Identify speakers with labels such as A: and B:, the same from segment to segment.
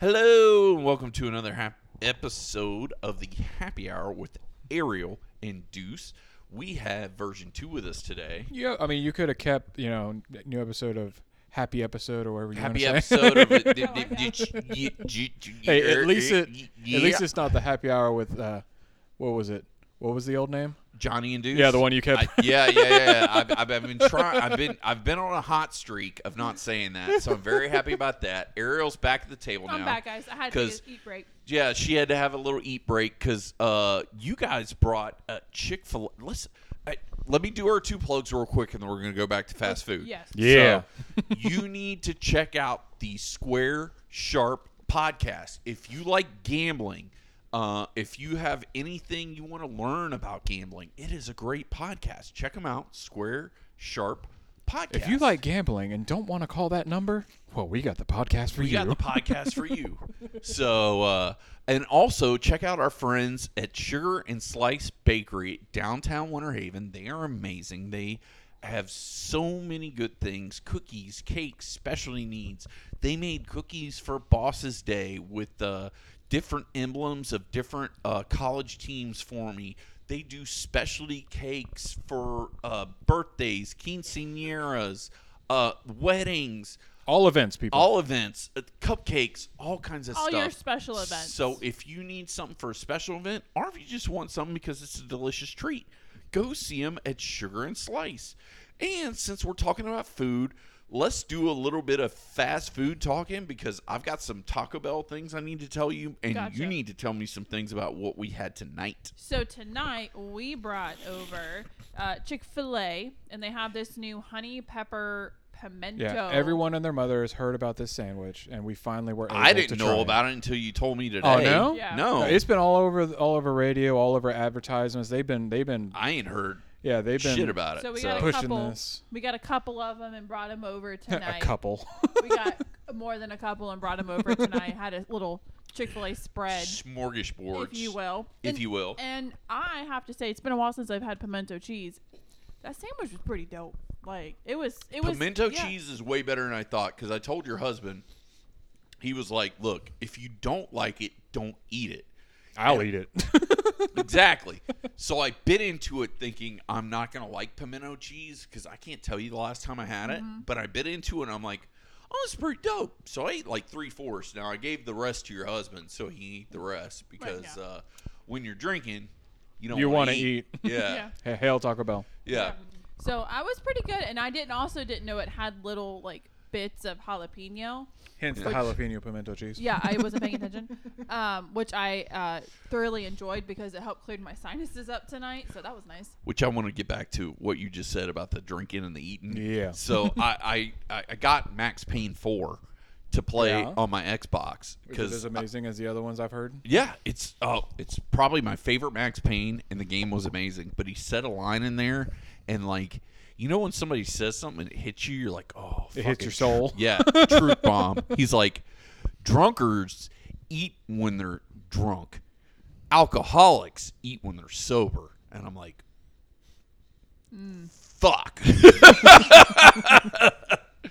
A: Hello, and welcome to another hap- episode of the Happy Hour with Ariel and Deuce. We have version two with us today.
B: Yeah, I mean, you could have kept, you know, new episode of Happy Episode or whatever you
A: Happy
B: want to say.
A: episode of it.
B: hey,
A: er,
B: at least it, at least it's not the Happy Hour with, uh, what was it? What was the old name?
A: Johnny and Deuce.
B: Yeah, the one you kept.
A: I, yeah, yeah, yeah. yeah. I've, I've, I've been trying. I've been I've been on a hot streak of not saying that, so I'm very happy about that. Ariel's back at the table
C: I'm
A: now.
C: back, guys. I had to
A: 'cause-
C: just eat break.
A: Yeah, she had to have a little eat break because uh, you guys brought uh, Chick Fil. Let's I, let me do our two plugs real quick, and then we're gonna go back to fast food.
C: Yes.
B: Yeah.
A: So, you need to check out the Square Sharp podcast. If you like gambling, uh, if you have anything you want to learn about gambling, it is a great podcast. Check them out, Square Sharp podcast.
B: If you like gambling and don't want to call that number, well, we got the podcast for
A: we
B: you.
A: got the podcast for you. So, uh, and also check out our friends at Sugar and Slice Bakery, downtown Winter Haven. They are amazing. They have so many good things cookies, cakes, specialty needs. They made cookies for Boss's Day with uh, different emblems of different uh, college teams for me. They do specialty cakes for uh, birthdays, quinceañeras, uh, weddings
B: all events, people.
A: all events, uh, cupcakes, all kinds of
C: All
A: stuff.
C: your special events.
A: So if you need something for a special event, or if you just want something because it's a delicious treat, go see them at Sugar and Slice. And since we're talking about food, let's do a little bit of fast food talking because I've got some Taco Bell things I need to tell you, and you
C: Gotcha.
A: need to tell me some things about what we had tonight.
C: So tonight we brought over uh, Chick Fil A, and they have this new honey pepper pimento.
B: yeah, everyone and their mother has heard about this sandwich, and we finally were. Able
A: I didn't
B: to
A: know
B: try it.
A: about it until you told me today.
B: Oh, no?
C: Yeah.
A: no,
B: No, It's been all over, all over radio, all over advertisements. They've been, they've been,
A: I ain't heard
B: yeah, they've been
A: shit about it.
C: So we
A: so-
C: got a
B: pushing
C: couple.
B: this.
C: We got a couple of them and brought them over
B: a
C: tonight.
B: couple.
C: we got more than a couple and brought them over tonight. Had a little Chick Fil A spread,
A: smorgasbord,
C: if you will.
A: if
C: And-
A: you will.
C: And I have to say, it's been a while since I've had pimento cheese. That sandwich was pretty dope. Like it was. It was
A: pimento
C: yeah.
A: cheese is way better than I thought because I told your husband, he was like, "Look, if you don't like it, don't eat it."
B: I'll eat it.
A: Exactly. so I bit into it thinking I'm not gonna like pimento cheese because I can't tell you the last time I had it.
C: Mm-hmm.
A: But I bit into it and I'm like, "Oh, it's pretty dope." So I ate like three fourths. Now I gave the rest to your husband, so he ate the rest because
C: yeah.
A: uh, when you're drinking, you don't
B: You
A: want
B: wanna
A: to
B: eat.
A: Yeah,
C: Yeah.
B: Hey, Hail Taco Bell.
A: yeah.
C: So I was pretty good, and I didn't also didn't know it had little like bits of jalapeno.
B: Hence the jalapeno pimento cheese.
C: Yeah, I wasn't paying attention, um, which I uh, thoroughly enjoyed because it helped clear my sinuses up tonight. So that was nice.
A: which I want to get back to what you just said about the drinking and the eating.
B: Yeah.
A: So I I- I, I got Max Payne four to play
B: Yeah.
A: on my Xbox
B: Which is as
A: because
B: amazing as the other ones I've heard.
A: yeah, it's oh it's probably my favorite Max Payne and the game was amazing. But he said a line in there and like you know when somebody says something and it hits you, you're like oh
B: It
A: fucking
B: hits your soul.
A: yeah, truth bomb. He's like, drunkards eat when they're drunk. Alcoholics eat when they're sober. And I'm like, fuck.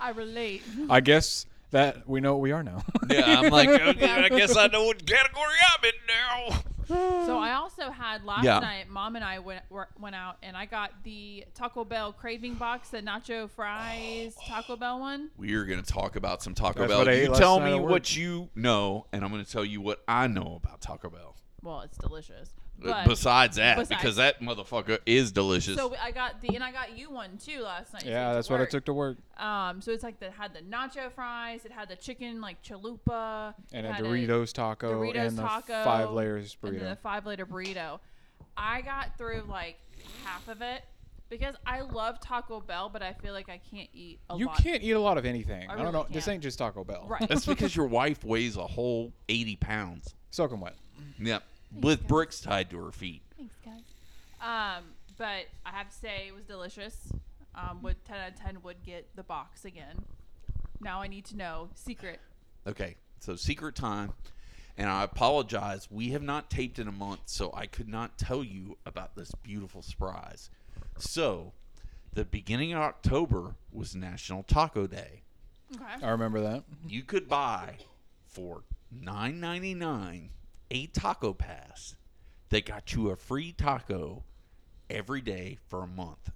C: I relate.
B: I guess that we know what we are now.
A: yeah, I'm like, okay, I guess I know what category I'm in now.
C: So I also had last
A: Yeah.
C: night. Mom and I went were- went out, and I got the Taco Bell craving box, the nacho fries
A: Oh.
C: Taco Bell one.
A: We are going to talk about some Taco
B: That's
A: Bell.
B: what I ate
A: You
B: last
A: tell
B: night
A: me
B: at work.
A: what you know, and I'm going to tell you what I know about Taco Bell.
C: Well, it's delicious.
A: Uh,
C: But
A: besides that,
C: besides-
A: because that motherfucker is delicious.
C: so I got the and I got you one too last night.
B: yeah,
C: so
B: that's
C: to
B: what I
C: work.
B: took to work.
C: Um, so it's like that had the nacho fries, it had the chicken like chalupa,
B: And
C: it
B: a
C: had
B: Doritos taco
C: Doritos
B: and the
C: taco,
B: five layers
C: and then
B: burrito.
C: the five layer burrito. I got through like half of it because I love Taco Bell, but I feel like I can't eat a
B: you
C: lot.
B: can't eat a lot of anything. I,
C: really
B: don't know. This
C: can't.
B: ain't just Taco Bell.
C: Right.
A: That's because your wife weighs a whole 80 pounds.
B: Soak 'em wet.
A: Yep. With bricks tied to her feet.
C: Thanks, guys. Um, but I have to say it was delicious. Um, would ten out of ten would get the box again. Now I need to know secret.
A: Okay, so secret time. And I apologize. We have not taped in a month, so I could not tell you about this beautiful surprise. So, the beginning of October was National Taco Day.
C: Okay.
B: I remember that.
A: You could buy for nine ninety nine, a taco pass that got you a free taco every day for a month.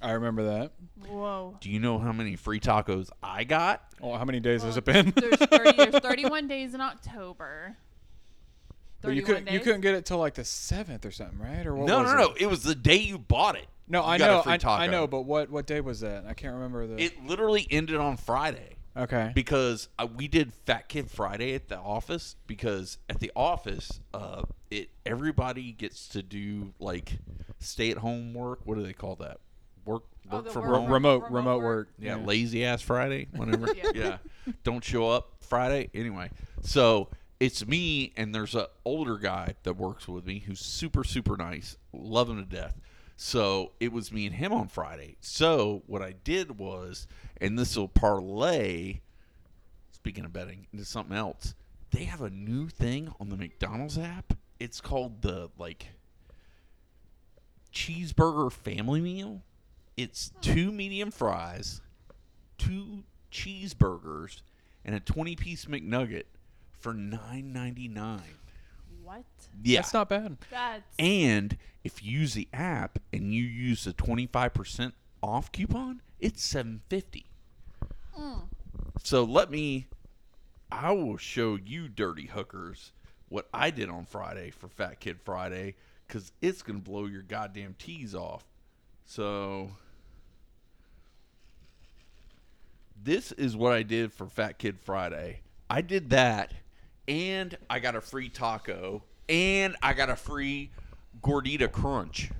B: I remember that.
C: Whoa.
A: Do you know how many free tacos I got?
B: Oh, how many days has
C: Well,
B: it been?
C: there's, 30, there's 31 days in October.
B: Well, you
C: 31
B: couldn't you
C: days?
B: couldn't get it till like the seventh or something, right? Or what
A: no,
B: was
A: no,
B: it?
A: no. It was the day you bought it.
B: No,
A: You
B: I
A: got a
B: know,
A: free
B: I, I
A: taco.
B: know, but what what day was that? I can't remember the.
A: It literally ended on Friday.
B: okay.
A: because I, we did Fat Kid Friday at the office because at the office, uh, it everybody gets to do like stay at home work. What do they call that? Work
C: Oh,
A: work
C: the
A: from
C: work
A: home.
C: from-
B: remote
C: Remote
B: remote
C: work.
B: work.
A: yeah, lazy ass Friday, whatever. yeah.
C: Yeah.
A: don't show up Friday anyway. So it's me and there's a older guy that works with me who's super super nice, love him to death. So it was me and him on Friday. So what I did was, and this will parlay. Speaking of betting, into something else. They have a new thing on the McDonald's app. It's called the like cheeseburger family meal. It's two medium fries, two cheeseburgers, and a twenty-piece McNugget for nine ninety-nine.
C: What?
A: Yeah,
B: That's not bad.
C: That's.
A: and if you use the app and you use the twenty-five percent off coupon, it's seven fifty.
B: Hmm.
C: Mm.
A: So let me, I will show you dirty hookers what I did on Friday for Fat Kid Friday because it's going to blow your goddamn tees off. So this is what I did for Fat Kid Friday. I did that and I got a free taco and I got a free Gordita Crunch.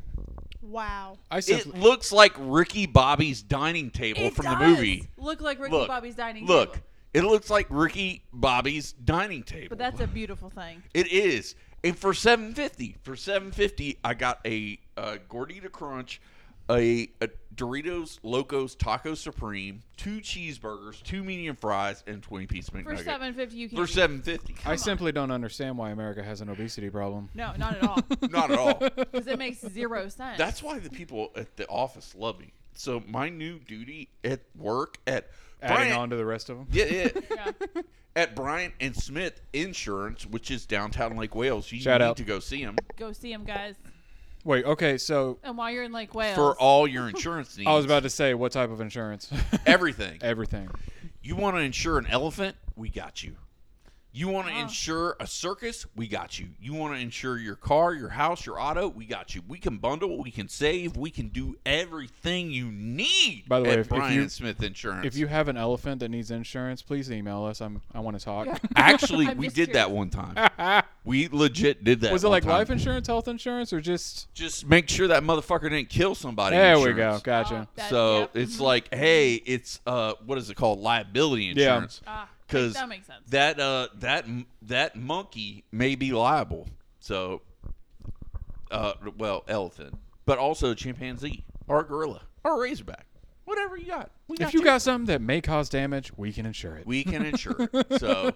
C: Wow.
B: I
A: It
B: simply,
A: looks like Ricky Bobby's dining table
C: It
A: from
C: does
A: the movie.
C: Look like Ricky
A: Look,
C: Bobby's dining
A: Look,
C: table.
A: it looks like Ricky Bobby's dining table.
C: But that's a beautiful thing.
A: it is. And for seven fifty, for seven fifty, I got a, uh gordita crunch, a, a Doritos Locos Taco Supreme, two cheeseburgers, two medium fries, and twenty piece McNugget.
C: For seven fifty, you can.
A: For seven fifty,
B: I simply don't understand why America has an obesity problem.
C: No, not at all.
A: not at all.
C: Because it makes zero sense.
A: That's why the people at the office love me. So my new duty at work at
B: Adding
A: Bryant-
B: on to the rest of them.
A: yeah, yeah.
C: Yeah.
A: at Bryant and Smith Insurance, which is downtown Lake Wales. You
B: Shout
A: need
B: out.
A: to go see them
C: Go see him, guys.
B: Wait, okay, so
C: And while you're in Lake Wales,
A: for all your insurance needs.
B: I was about to say what type of insurance?
A: everything.
B: Everything.
A: You want to insure an elephant? We got you. You want to
C: Wow.
A: insure a circus? We got you. You want to insure your car, your house, your auto? We got you. We can bundle, we can save, we can do everything you need.
B: By the way,
A: at
B: if- if
A: Bryant
B: you-
A: and Smith Insurance.
B: If you have an elephant that needs insurance, please email us. I'm I want to talk.
C: Yeah.
A: actually,
C: I'm
A: we
C: just
A: did that
C: curious.
A: one time. We legit did that.
B: was it
A: one
B: like
A: time.
B: life insurance, health insurance, or just?
A: Just make sure that motherfucker didn't kill somebody.
B: There Uh, we go.
A: insurance.
B: Gotcha.
C: That-
A: so
C: yep,
A: it's
C: mhm.
A: like, hey, it's uh, what is it called? Liability
B: Yeah.
A: insurance.
C: Ah,
A: Because
C: that makes sense.
A: that uh, that m- that monkey may be liable. So, uh, well, elephant, but also chimpanzee or gorilla or razorback, whatever you got. We
B: if you got something that may cause damage, we can insure it.
A: we can insure it. So,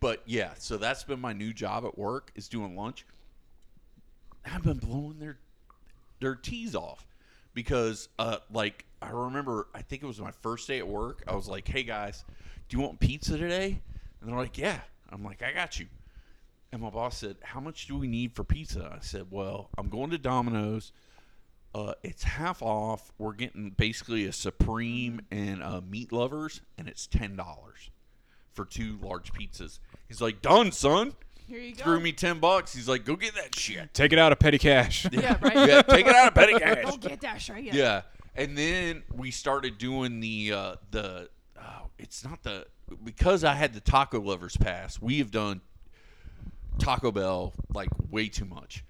A: but yeah, so that's been my new job at work is doing lunch. I've been blowing their their tees off because, uh, like I remember, I think it was my first day at work. I was like, "Hey guys, do you want pizza today?" And they're like, "Yeah." I'm like, "I got you." And my boss said, "How much do we need for pizza?" I said, "Well, I'm going to Domino's. Uh, it's half off. We're getting basically a supreme and a meat lovers, and it's ten dollars for two large pizzas." He's like, "Done, son."
C: Here you go.
A: Threw me ten bucks. He's like, "Go get that shit.
B: Take it out of petty cash.
C: Yeah, right.
A: Yeah, take it out of petty cash."
C: Don't get that straight. Yeah.
A: Yeah, and then we started doing the uh, the. Oh, it's not the because I had the taco lovers pass. We have done Taco Bell like way too much,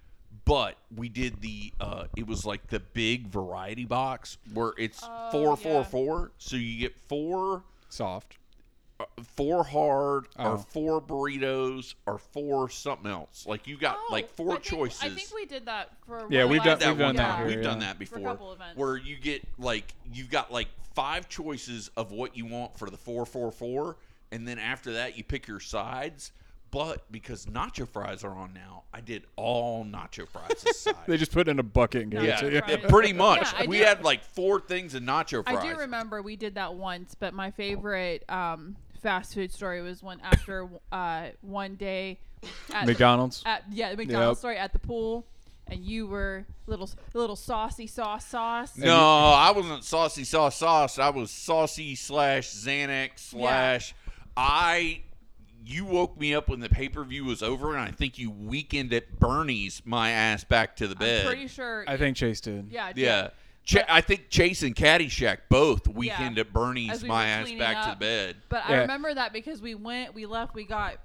A: but we did the. Uh, it was like the big variety box where it's
C: Oh,
A: four, four,
C: yeah.
A: four. So you get four
B: Soft.
A: four hard or
B: Oh.
A: four burritos or four something else. Like you got
C: Oh,
A: like four
C: I think-
A: choices
C: I think we did that for.
B: Yeah,
C: one of
B: we've
C: our-
B: done-
A: that
B: we've
A: one
B: done that
A: time.
B: here,
A: We've
B: yeah.
A: done that
C: For a
A: before.
C: couple events.
A: Where you get like you've got like five choices of what you want for the four four four, and then after that you pick your sides. But because nacho fries are on now, I did all nacho fries as
B: They
A: sides.
B: just put it in a bucket and gave
A: yeah,
B: it to you.
C: fries.
A: yeah, pretty much.
C: Yeah, I
A: we
C: do-
A: had like four things in nacho fries.
C: I do remember we did that once, but my favorite um, fast food story was when after uh, one day at the
B: McDonald's.
C: at yeah the
B: Yep.
C: McDonald's story at the pool, and you were little little saucy sauce sauce.
A: No, I wasn't saucy sauce sauce. I was saucy slash Xanax slash. I. You woke me up when the pay per view was over, and I think you weakened at Bernie's my ass back to the bed.
C: I'm pretty sure.
B: I think Chase did.
C: yeah, it did.
A: yeah. Ch- I think Chase and Caddyshack both weakened
C: Yeah.
A: at Bernie's
C: As we
A: my
C: were
A: ass
C: cleaning
A: back to
C: up.
A: the bed.
C: But I
B: Yeah.
C: remember that because we went, we left, we got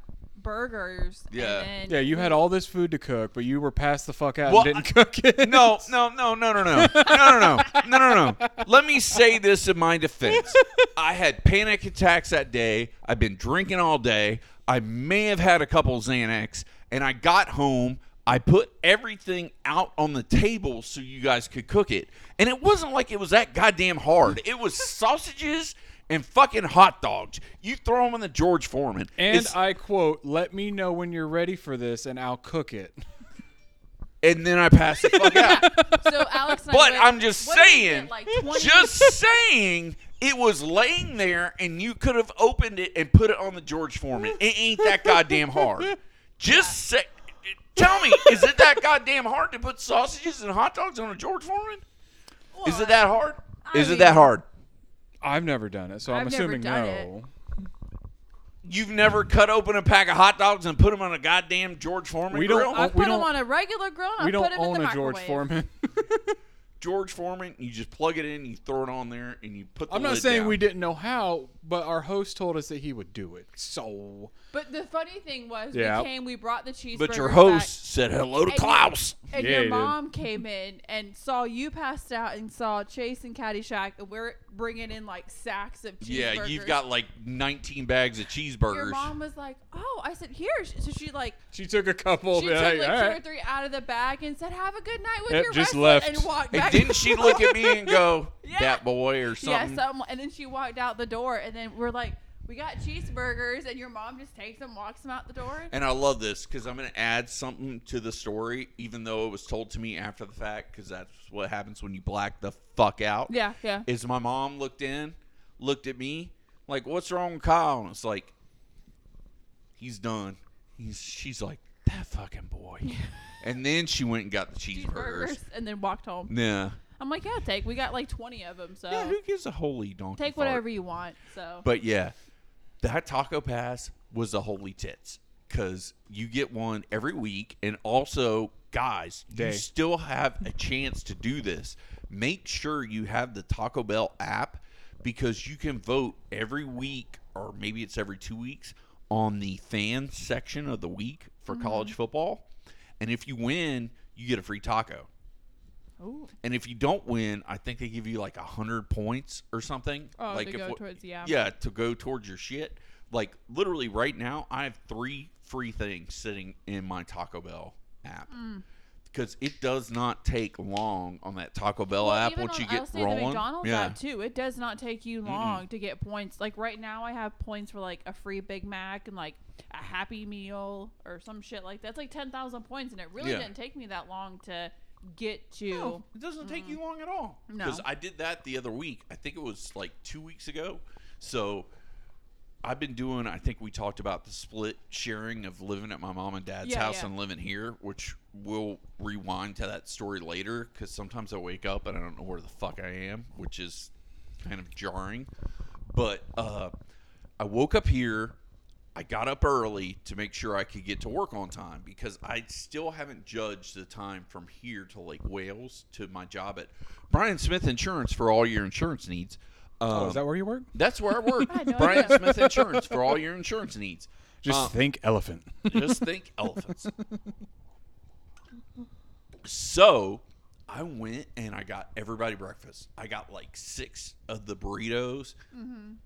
C: burgers.
A: Yeah.
C: And then
B: Yeah, you had all this food to cook, but you were passed the fuck out
A: Well,
B: and didn't
A: I-
B: cook it.
A: No, no, no, no, no, no, no, no, no, no, no, no. Let me say this in my defense. I had panic attacks that day. I've been drinking all day. I may have had a couple Xanax, and I got home. I put everything out on the table so you guys could cook it. And it wasn't like it was that goddamn hard. It was sausages and fucking hot dogs. You throw them in the George Foreman.
B: And
A: It's-
B: I quote, "Let me know when you're ready for this, and I'll cook it."
A: and then I pass the fuck out.
C: so Alex. And I
A: But
C: went,
A: I'm just
C: what did we
A: saying,
C: Get, like 20
A: just saying, it was laying there, and you could have opened it and put it on the George Foreman. It ain't that goddamn hard. Just say, tell me, is it that goddamn hard to put sausages and hot dogs on a George Foreman? Is it that hard?
C: I
A: is it
C: mean-
A: that hard?
B: I've never done it, so I'm
C: I've never
B: assuming
C: done
B: no.
A: You've never cut open a pack of hot dogs and put them on a goddamn George Foreman
B: We don't
A: grill?
B: Oh,
C: I
B: we
C: put them
B: don't-
C: on a regular grill. And
B: We
C: I put
B: don't
C: 'em in
B: own
C: the
B: a George
C: microwave.
B: Foreman.
A: George Foreman, you just plug it in, you throw it on there, and you put. The
B: I'm not
A: lid
B: saying
A: down.
B: we didn't know how, but our host told us that he would do it. So
C: But the funny thing was,
B: Yeah.
C: we came, we brought the cheeseburger.
A: But your host said hello to
C: And you-
A: Klaus.
C: and
B: Yeah, he
C: your
B: did.
C: mom came in and saw you passed out and saw Chase and Caddyshack, and we're bringing in like sacks of cheeseburgers.
A: Yeah, you've got like 19 bags of cheeseburgers.
C: Your mom was like, "Oh," I said, "Here." So she like
B: she took a couple.
C: She
B: Oh, yeah,
C: took like
B: all
C: two or
B: right.
C: three out of the bag and said, "Have a good night with
B: Yep,
C: your
B: just
C: wrestling,"
B: left.
C: and walked
A: Hey,
C: back.
A: didn't she look at me and go,
C: Yeah.
A: "That boy" or
C: yeah,
A: something?
C: some, and then she walked out the door, and then we're like, "We got cheeseburgers," and your mom just takes them, walks them out the door.
A: and I love this because I'm going to add something to the story, even though it was told to me after the fact, because that's what happens when you black the fuck out.
C: yeah, yeah.
A: Is my mom looked in, looked at me, like, "What's wrong, with Kyle?" And it's like, "He's done." He's, she's like, "That fucking boy." and then she went and got the cheeseburgers.
C: cheeseburgers, Uh, and then walked home.
A: Yeah.
C: I'm like, "Yeah, take. We got like 20 of them, so
A: Yeah. Who gives a holy donkey?
C: take
A: fart?
C: whatever you want." So
A: But yeah, that taco pass was the holy tits because you get one every week. And also, guys,
B: Day.
A: you still have a chance to do this. Make sure you have the Taco Bell app because you can vote every week or maybe it's every two weeks on the fan section of the week for college football. And if you win, you get a free taco.
C: Ooh.
A: And if you don't win, I think they give you like a hundred points or something.
C: Oh,
A: like
C: to
A: if
C: go
A: what-
C: towards- yeah.
A: yeah, to go towards your shit. Like literally right now, I have three free things sitting in my Taco Bell app
C: Mm.
A: because it does not take long on that Taco Bell
C: Well,
A: app
C: even
A: once you
C: on- I'll
A: get
C: say The
A: rolling.
C: McDonald's
A: yeah,
C: app too. It does not take you long to get points. Like right now, I have points for like a free Big Mac and like a Happy Meal or some shit like that. It's like ten thousand points, and it really
A: Yeah.
C: didn't take me that long to get to.
A: No, it doesn't take you long at all.
C: No.
A: Because I did that the other week. I think it was like two weeks ago. So I've been doing, I think we talked about the split sharing of living at my mom and dad's
C: Yeah,
A: house
C: yeah.
A: and living here, which we'll rewind to that story later because sometimes I wake up and I don't know where the fuck I am, which is kind of jarring. But uh, I woke up here. I got up early to make sure I could get to work on time because I still haven't judged the time from here to Lake Wales to my job at Brian Smith Insurance for all your insurance needs.
B: Oh,
A: Um,
B: is that where you work?
A: that's where I work.
C: had no
A: Brian
C: idea.
A: Smith Insurance for all your insurance needs.
B: Just
A: Uh,
B: think elephant.
A: just think elephants. So I went and I got everybody breakfast. I got like six of the burritos, and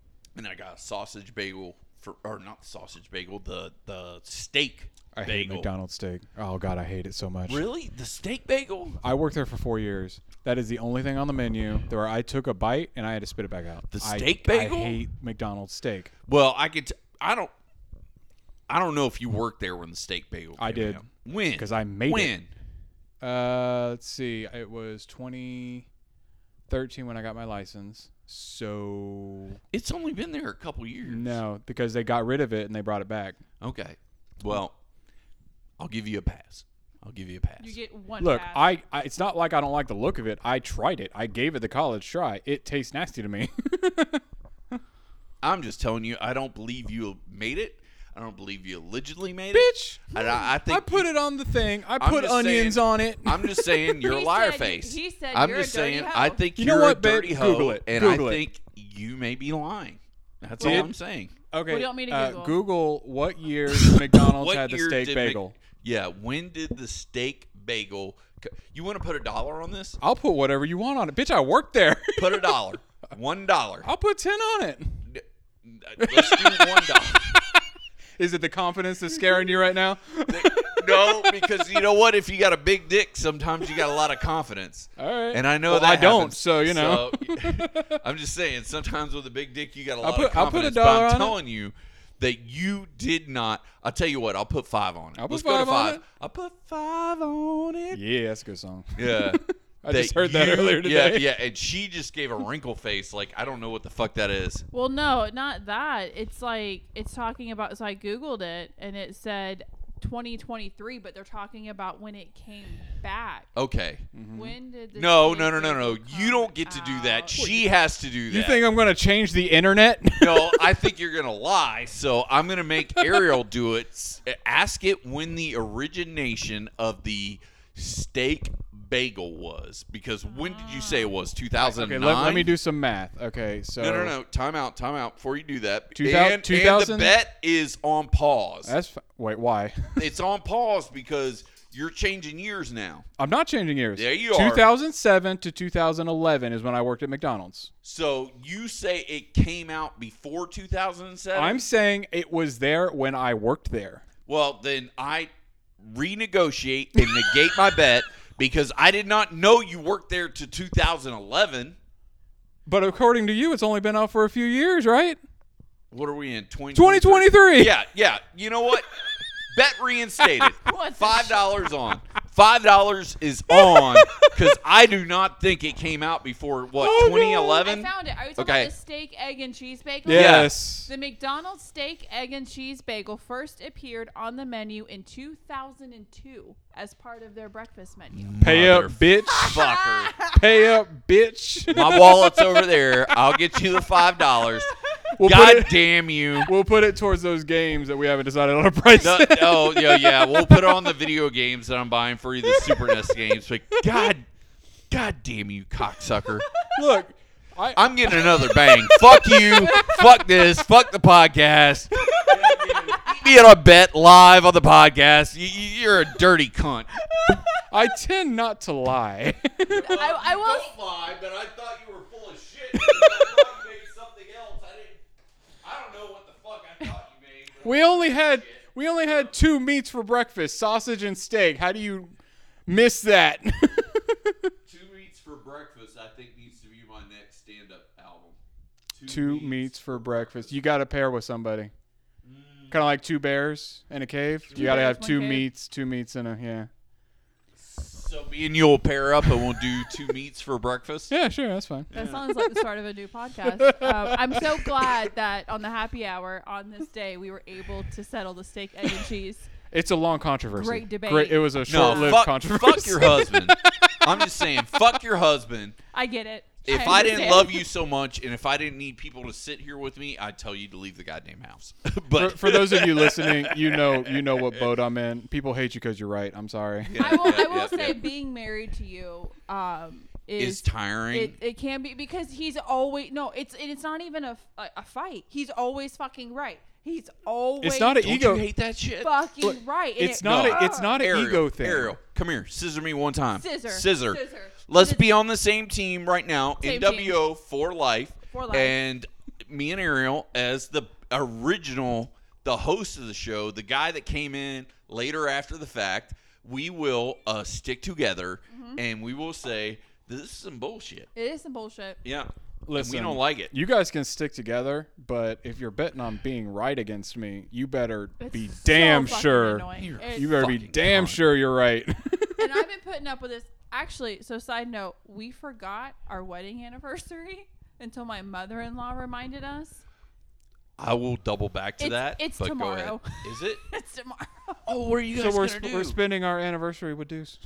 A: I got a sausage bagel for, or not the sausage bagel, the the steak
B: I hate
A: bagel.
B: McDonald's steak. Oh God, I hate it so much.
A: Really, the steak bagel?
B: I worked there for four years. That is the only thing on the menu where I took a bite and I had to spit it back out.
A: The
B: I-
A: steak bagel?
B: I hate McDonald's steak.
A: Well, I could. T- I don't. I don't know if you worked there when the steak bagel.
B: I
A: came
B: did.
A: out. When?
B: 'Cause I made it.
A: when?
B: Uh, let's see. It was 2013 when I got my license. So
A: It's only been there a couple years.
B: no, because they got rid of it and they brought it back.
A: Okay. Well, I'll give you a pass. I'll give you a pass.
C: You get one.
B: Look,
C: pass.
B: I, I it's not like I don't like the look of it. I tried it. I gave it the college try. It tastes nasty to me.
A: I'm just telling you, I don't believe you made it. I don't believe you allegedly made it.
B: Bitch.
A: And I, I think
B: I put it on the thing. I
A: I'm
B: put
A: just
B: onions
A: saying-
B: on it.
A: I'm just saying you're a
C: He
A: liar
C: said you-
A: face.
C: he said
A: I'm
C: you're a
A: just
C: dirty
A: saying
C: hoe.
A: I think
B: You
A: are
B: know
A: a
B: what, babe?
A: dirty hoe,
B: Google it.
A: and
B: Google
A: I
B: it.
A: think you may be lying. That's all
B: Did-
A: I'm saying.
B: okay.
C: What do you want me to
B: uh,
C: Google?
B: what year McDonald's had the
A: year
B: steak
A: did Mc-
B: bagel?
A: yeah, when did the steak bagel? co- You want to put a dollar on this?
B: I'll put whatever you want on it. Bitch, I worked there.
A: Put a dollar. One dollar.
B: I'll put 10 on it.
A: Let's do one dollar.
B: Is it the confidence that's scaring you right now?
A: No, because you know what? If you got a big dick, sometimes you got a lot of confidence.
B: All right.
A: And I know
B: Well,
A: that
B: I don't,
A: happens.
B: so, you know.
A: So, I'm just saying. Sometimes with a big dick, you got a lot
B: put-
A: of
B: I'll put a
A: confidence.
B: dollar
A: but
B: on
A: I'm
B: it.
A: telling you that you did not. I'll tell you what. I'll put five on it.
B: I'll put
A: Let's go to
B: five on
A: five.
B: it.
A: I'll put five on it.
B: yeah, that's a good song.
A: Yeah.
B: I just heard that earlier
A: Yeah,
B: today.
A: yeah, and she just gave a wrinkle face like I don't know what the fuck that is.
C: Well, no, not that. It's like it's talking about. So I googled it, and it said 2023, but they're talking about when it came back.
A: Okay.
C: When did
A: Mm-hmm.
C: the
A: No,
C: steak
A: no, no, no, no.
C: bagel
A: You don't
C: come
A: get to do
C: out?
A: that. She has to do that.
B: You think I'm going to change the internet?
A: no, I think you're gonna lie. So I'm gonna make Ariel do it. S- Ask it when the origination of the steak bagel was, because when did you say it was? 2009.
B: okay, let, let me do some math. Okay, so
A: No, no, no. Time out. Time out. Before you do that,
B: Two thou-
A: and, and the
B: 2000?
A: bet is on pause.
B: That's fi- wait, why?
A: it's on pause because you're changing years now.
B: I'm not changing years.
A: There you are.
B: 2007 to 2011 is when I worked at McDonald's.
A: So you say it came out before 2007.
B: I'm saying it was there when I worked there.
A: Well, then I renegotiate and negate my bet because I did not know you worked there to 2011.
B: But according to you, it's only been out for a few years, right?
A: What are we in? 2023?
B: 2023.
A: Yeah, yeah. You know what? bet reinstated.
C: What the
A: Five dollars on. Five dollars is on because I do not think it came out before what
B: Oh, no.
C: I
A: 2011.
C: found it. Are you talking
A: Okay.
C: about the steak, egg, and cheese bagel?
B: Yes.
C: The McDonald's steak, egg, and cheese bagel first appeared on the menu in 2002 as part of their breakfast menu.
A: Mm.
B: Pay up, bitch.
A: Fucker.
B: Pay up, bitch.
A: My wallet's over there. I'll get you the five dollars.
B: We'll put
A: God
B: it-
A: damn you.
B: We'll put it towards those games that we haven't decided on a price.
A: No, oh yeah, yeah. We'll put on the video games that I'm buying for you, the Super NES games. Like God, God damn you, cocksucker!
B: Look, I,
A: I'm getting another bang. fuck you. Fuck this. Fuck the podcast. Be on a bet live on the podcast. You, you- you're a dirty cunt.
B: I tend not to lie.
C: I, I will.
A: lie, but I thought you were full of shit. I thought you made something else. I didn't. I don't know what the fuck I thought you made.
B: we only had we only had two meats for breakfast: sausage and steak. How do you miss that?
A: Two meats for breakfast. I think needs to be my next stand-up album.
B: two meats for breakfast. You got to pair with somebody. Kind of like two bears in a cave. you got to
C: bears,
B: have
C: one
B: two
C: cave.
B: meats, two meats in a yeah.
A: So me and you'll pair up and we'll do two meats for breakfast.
B: Yeah, sure, that's fine.
C: That sounds like the start of a new podcast. Um, I'm so glad that on the happy hour on this day we were able to settle the steak, egg, and cheese.
B: It's a long controversy.
C: Great debate.
B: it was a
A: No,
B: short-lived
A: fuck,
B: controversy.
A: fuck your husband. I'm just saying, fuck your husband.
C: I get it.
A: If I didn't
C: understand.
A: love you so much and if I didn't need people to sit here with me, I'd tell you to leave the goddamn house.
B: for,
A: but
B: for those of you listening, you know you know what boat I'm in. People hate you because you're right. I'm sorry.
C: I will, I
A: Yeah,
C: will
A: yeah,
C: say
A: yeah.
C: being married to you um,
A: is
C: is
A: tiring.
C: It, it can be because he's always no. It's and it's not even a, a, a fight. He's always fucking right. He's always
B: It's not an
A: Don't
B: ego.
A: you hate that shit?
C: fucking
B: Look,
C: right. and
B: It's
C: it-
B: not.
A: No.
B: A, it's not an
A: Ariel,
B: ego thing.
A: Ariel, come here. Scissor me one time.
C: Scissor.
A: Scissor.
C: Scissor.
A: Let's
C: Sci-
A: be on the same team right now.
C: Same
A: NWO for life.
C: For life.
A: And me and Ariel as the original, the host of the show, the guy that came in later after the fact. We will uh, stick together,
C: Mm-hmm.
A: and we will say this is some bullshit.
C: it is some bullshit.
A: Yeah.
B: Listen,
A: and we don't like it.
B: You guys can stick together, but if you're betting on being right against me, you better
C: It's
B: be
C: so
B: damn
C: fucking
B: sure.
C: annoying.
A: You're-
C: It's-
B: You better be
A: Fucking
B: damn
A: God.
B: sure you're right.
C: and I've been putting up with this. Actually, so side note, we forgot our wedding anniversary until my mother-in-law reminded us.
A: I will double back to
C: It's-
A: that.
C: it's
A: but go
C: tomorrow.
A: ahead. Is it?
C: It's tomorrow.
A: Oh, what are you
B: So
A: guys
B: we're,
A: gonna
B: sp-
A: do?
B: we're spending our anniversary with Deuce.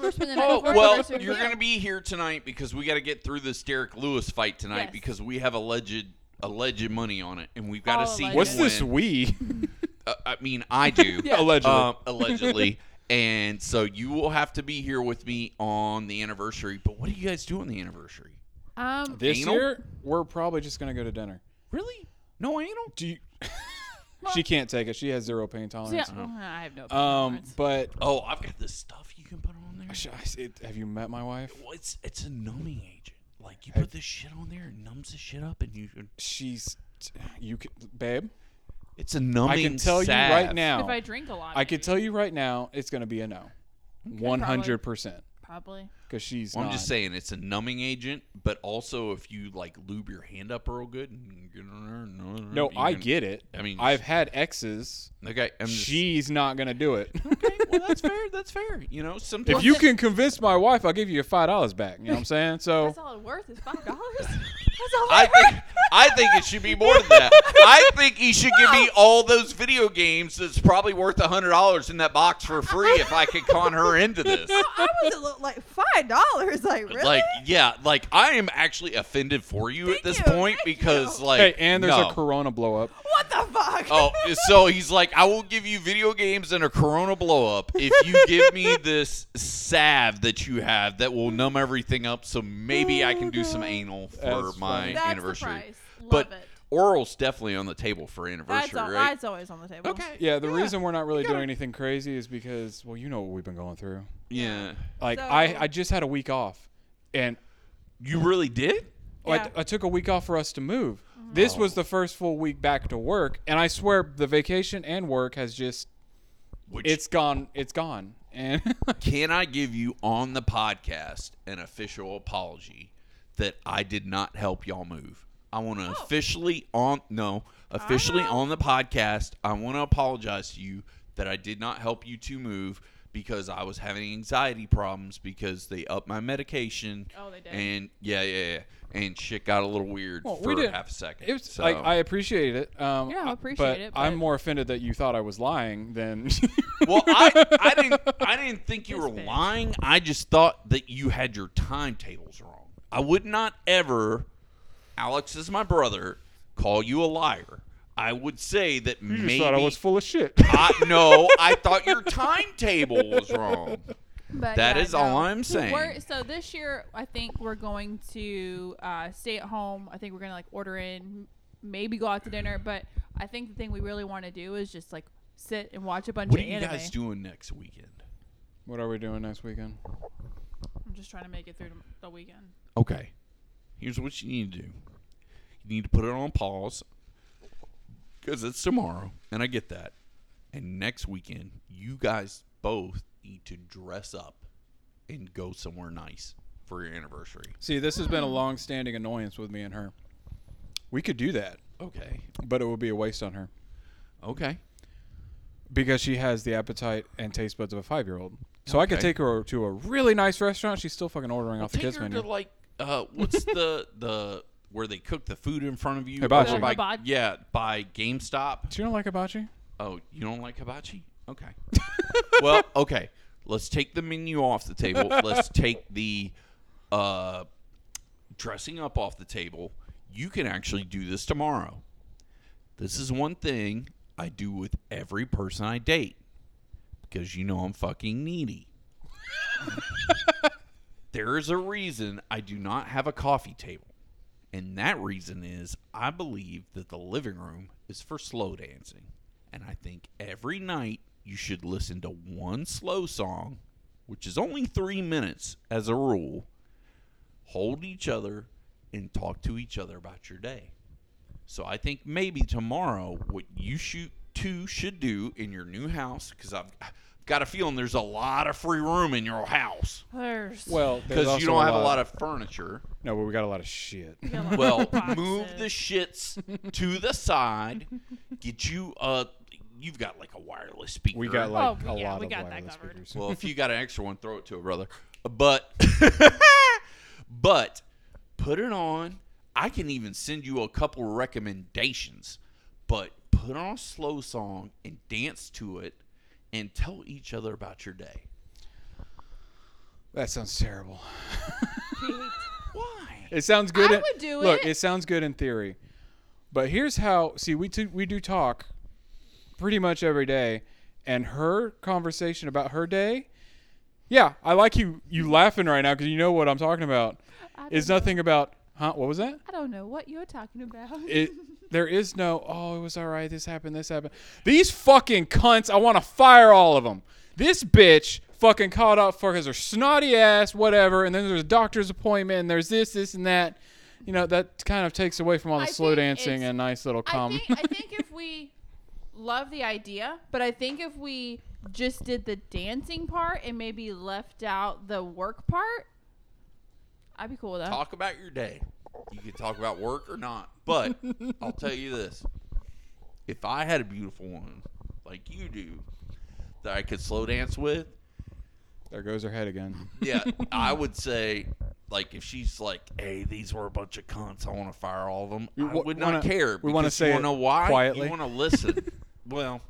C: We're spending
A: Oh
C: anniversary
A: well,
C: with you.
A: you're going to be here tonight because we got to get through this Derek Lewis fight tonight
C: Yes.
A: because we have alleged alleged money on it, and we've got
C: All
A: to see.
C: alleged.
A: who
B: What's this
A: wins.
B: we?
A: Uh, I mean, I do
C: Yeah.
B: Allegedly.
A: Um, allegedly, and so you will have to be here with me on the anniversary. But what do you guys do on the anniversary?
C: Um,
B: this
A: Anal?
B: year, we're probably just going to go to dinner.
A: Really? No anal.
B: Do you- she can't take it. She has zero pain
C: so yeah,
B: tolerance.
C: well, I have no.
B: Um,
C: preference.
B: but
A: Oh, I've got this stuff you can put on there.
B: Sh- I s- it- have you met my wife?
A: Well, it's it's a numbing agent. Like you put this shit on there, it numbs the shit up, and you.
B: She's you, can, babe.
A: It's a numbing.
B: I can tell
A: salve.
B: you right now.
C: if I drink a lot,
B: I could tell you right now, it's going to be a no, one hundred percent.
C: probably.
B: Because she's.
A: Well, I'm
B: not.
A: just saying it's a numbing agent, but also if you like lube your hand up real good, and you can-
B: No,
A: you
B: I
A: can-
B: get it.
A: I mean,
B: I've had exes.
A: Okay, I'm just,
B: She's not going to do it.
A: Okay, well, that's fair. That's fair. You know, sometimes
B: if you can convince my wife, I'll give you your five dollars back. You know what I'm saying? So
C: That's all it worth is five dollars. That's all
A: I
C: it worth.
A: think I think it should be more than that. I think he should give me all those video games that's probably worth a hundred dollars in that box for free if I could con her into this.
D: I was a little like five dollars. Like really?
A: Like, yeah, like I am actually offended for you at this
D: you,
A: point
D: thank
A: because, like,
B: hey, and there's
A: no.
B: a Corona blow up.
D: what the fuck?
A: Oh, so he's like, I will give you video games and a Corona blow up if you give me this salve that you have that will numb everything up. So maybe I can do some anal for
B: That's
A: my
B: funny.
C: That's the
A: anniversary.
C: price. Love
A: but
C: it.
A: oral's definitely on the table for anniversary,
C: That's, all,
A: right?
C: that's always on the table.
A: okay.
B: Yeah, the reason we're not really doing anything crazy is because, well, you know what we've been going through.
A: Yeah.
B: Like
C: So-
B: I, I just had a week off, and
A: You really did?
B: Oh, I-
C: Yeah. Mm-hmm. Oh.
B: I, took a week off for us to move. This was the first full week back to work, and I swear the vacation and work has just
A: Which
B: it's gone. It's gone. And
A: can I give you on the podcast an official apology that I did not help y'all move? I want
C: Oh.
A: to officially on no officially
C: Uh-huh.
A: on the podcast. I want to apologize to you that I did not help you to move because I was having anxiety problems because they upped my medication.
C: Oh, they did.
A: And yeah, yeah, yeah. And shit got a little weird
B: Well,
A: for
B: we didn't-
A: half a second.
B: it was
A: so,
B: like I appreciate it. Um,
C: Yeah, I
B: uh,
C: appreciate
B: but
C: it,
B: I'm
C: but-
B: more offended that you thought I was lying than.
A: well, I, I didn't I didn't think you
C: This
A: were
C: bitch.
A: lying. I just thought that you had your timetables wrong. I would not ever, Alex is my brother, call you a liar. I would say that maybe
B: full of shit.
A: I- no, I thought your timetable was wrong.
C: But
A: That
C: yeah,
A: is all
C: no.
A: I'm saying.
C: We're, so this year, I think we're going to uh, stay at home. I think we're gonna like order in, maybe go out to dinner. But I think the thing we really want to do is just like sit and watch a bunch
A: What are
C: of
A: you
C: anime.
A: guys doing next weekend?
B: what are we doing next weekend?
C: I'm just trying to make it through the- the weekend.
A: Okay. Here's what you need to do. You need to put it on pause because it's tomorrow, and I get that. And next weekend, you guys both need to dress up and go somewhere nice for your anniversary.
B: See, this has been
C: Mm.
B: a long-standing annoyance with me and her. We could do that,
A: Okay.
B: but it would be a waste on her
A: Okay.
B: because she has the appetite and taste buds of a five-year-old. So I could
A: Okay.
B: take her to a really nice restaurant. She's still fucking ordering off the
A: Take
B: kids
A: her
B: menu.
A: to like uh, what's the the where they cook the food in front of you?
B: Hibachi.
A: Or by-
C: Hibachi.
A: Yeah, by GameStop.
B: Do you not like hibachi?
A: Oh, you don't like hibachi? Okay. well, okay. Let's take the menu off the table. Let's take the uh, dressing up off the table. You can actually do this tomorrow. This is one thing I do with every person I date because you know I'm fucking needy. there is a reason I do not have a coffee table. And that reason is I believe that the living room is for slow dancing. And I think every night you should listen to one slow song, which is only three minutes as a rule, hold each other, and talk to each other about your day. So I think maybe tomorrow what you shoot two should do in your new house, because I've got a feeling there's a lot of free room in your house
C: There's
B: Well,
A: because you don't have a lot of furniture.
B: No, but we got a lot of shit.
C: we got a lot of
A: Well,
C: boxes.
A: move the shits to the side. Get you uh you've got like a wireless speaker.
B: We got
C: Oh,
B: like a
C: yeah,
B: lot
C: we
B: of
C: got that
B: wireless
C: covered.
B: speakers.
A: Well, if you got an extra one, throw it to a brother. But but put it on. I can even send you a couple recommendations, but put on a slow song and dance to it and tell each other about your day.
B: That sounds terrible.
A: Why?
B: It sounds good.
C: I
B: in-
C: would do
B: look,
C: it.
B: it sounds good in theory, but here's how. See, we t- we do talk pretty much every day, and her conversation about her day. Yeah, I like you. You laughing right now because you know what I'm talking about.
C: I
B: Is
C: don't know.
B: nothing about huh? What was that?
C: I don't know what you're talking about.
B: It. There is no. Oh, it was all right. This happened. This happened. These fucking cunts. I want to fire all of them. This bitch fucking caught up for because her snotty ass, whatever. And then there's a doctor's appointment. And there's this, this, and that. You know that kind of takes away from all the
C: I
B: slow
C: think
B: dancing
C: it's-
B: and nice little
C: I
B: cum.
C: think, I think if we love the idea, but I think if we just did the dancing part and maybe left out the work part, I'd be cool with that.
A: Talk about your day. You can talk about work or not, but I'll tell you this. If I had a beautiful woman like you do that I could slow dance with,
B: there goes her head again.
A: yeah, I would say, like, if she's like, "Hey, these were a bunch of cunts. I want to fire all of them."
B: We
A: I
B: wa-
A: would
B: wanna-
A: not care.
B: we wanna
A: because
B: say
A: you
B: it
A: wanna know why.
B: quietly.
A: You want to listen. well,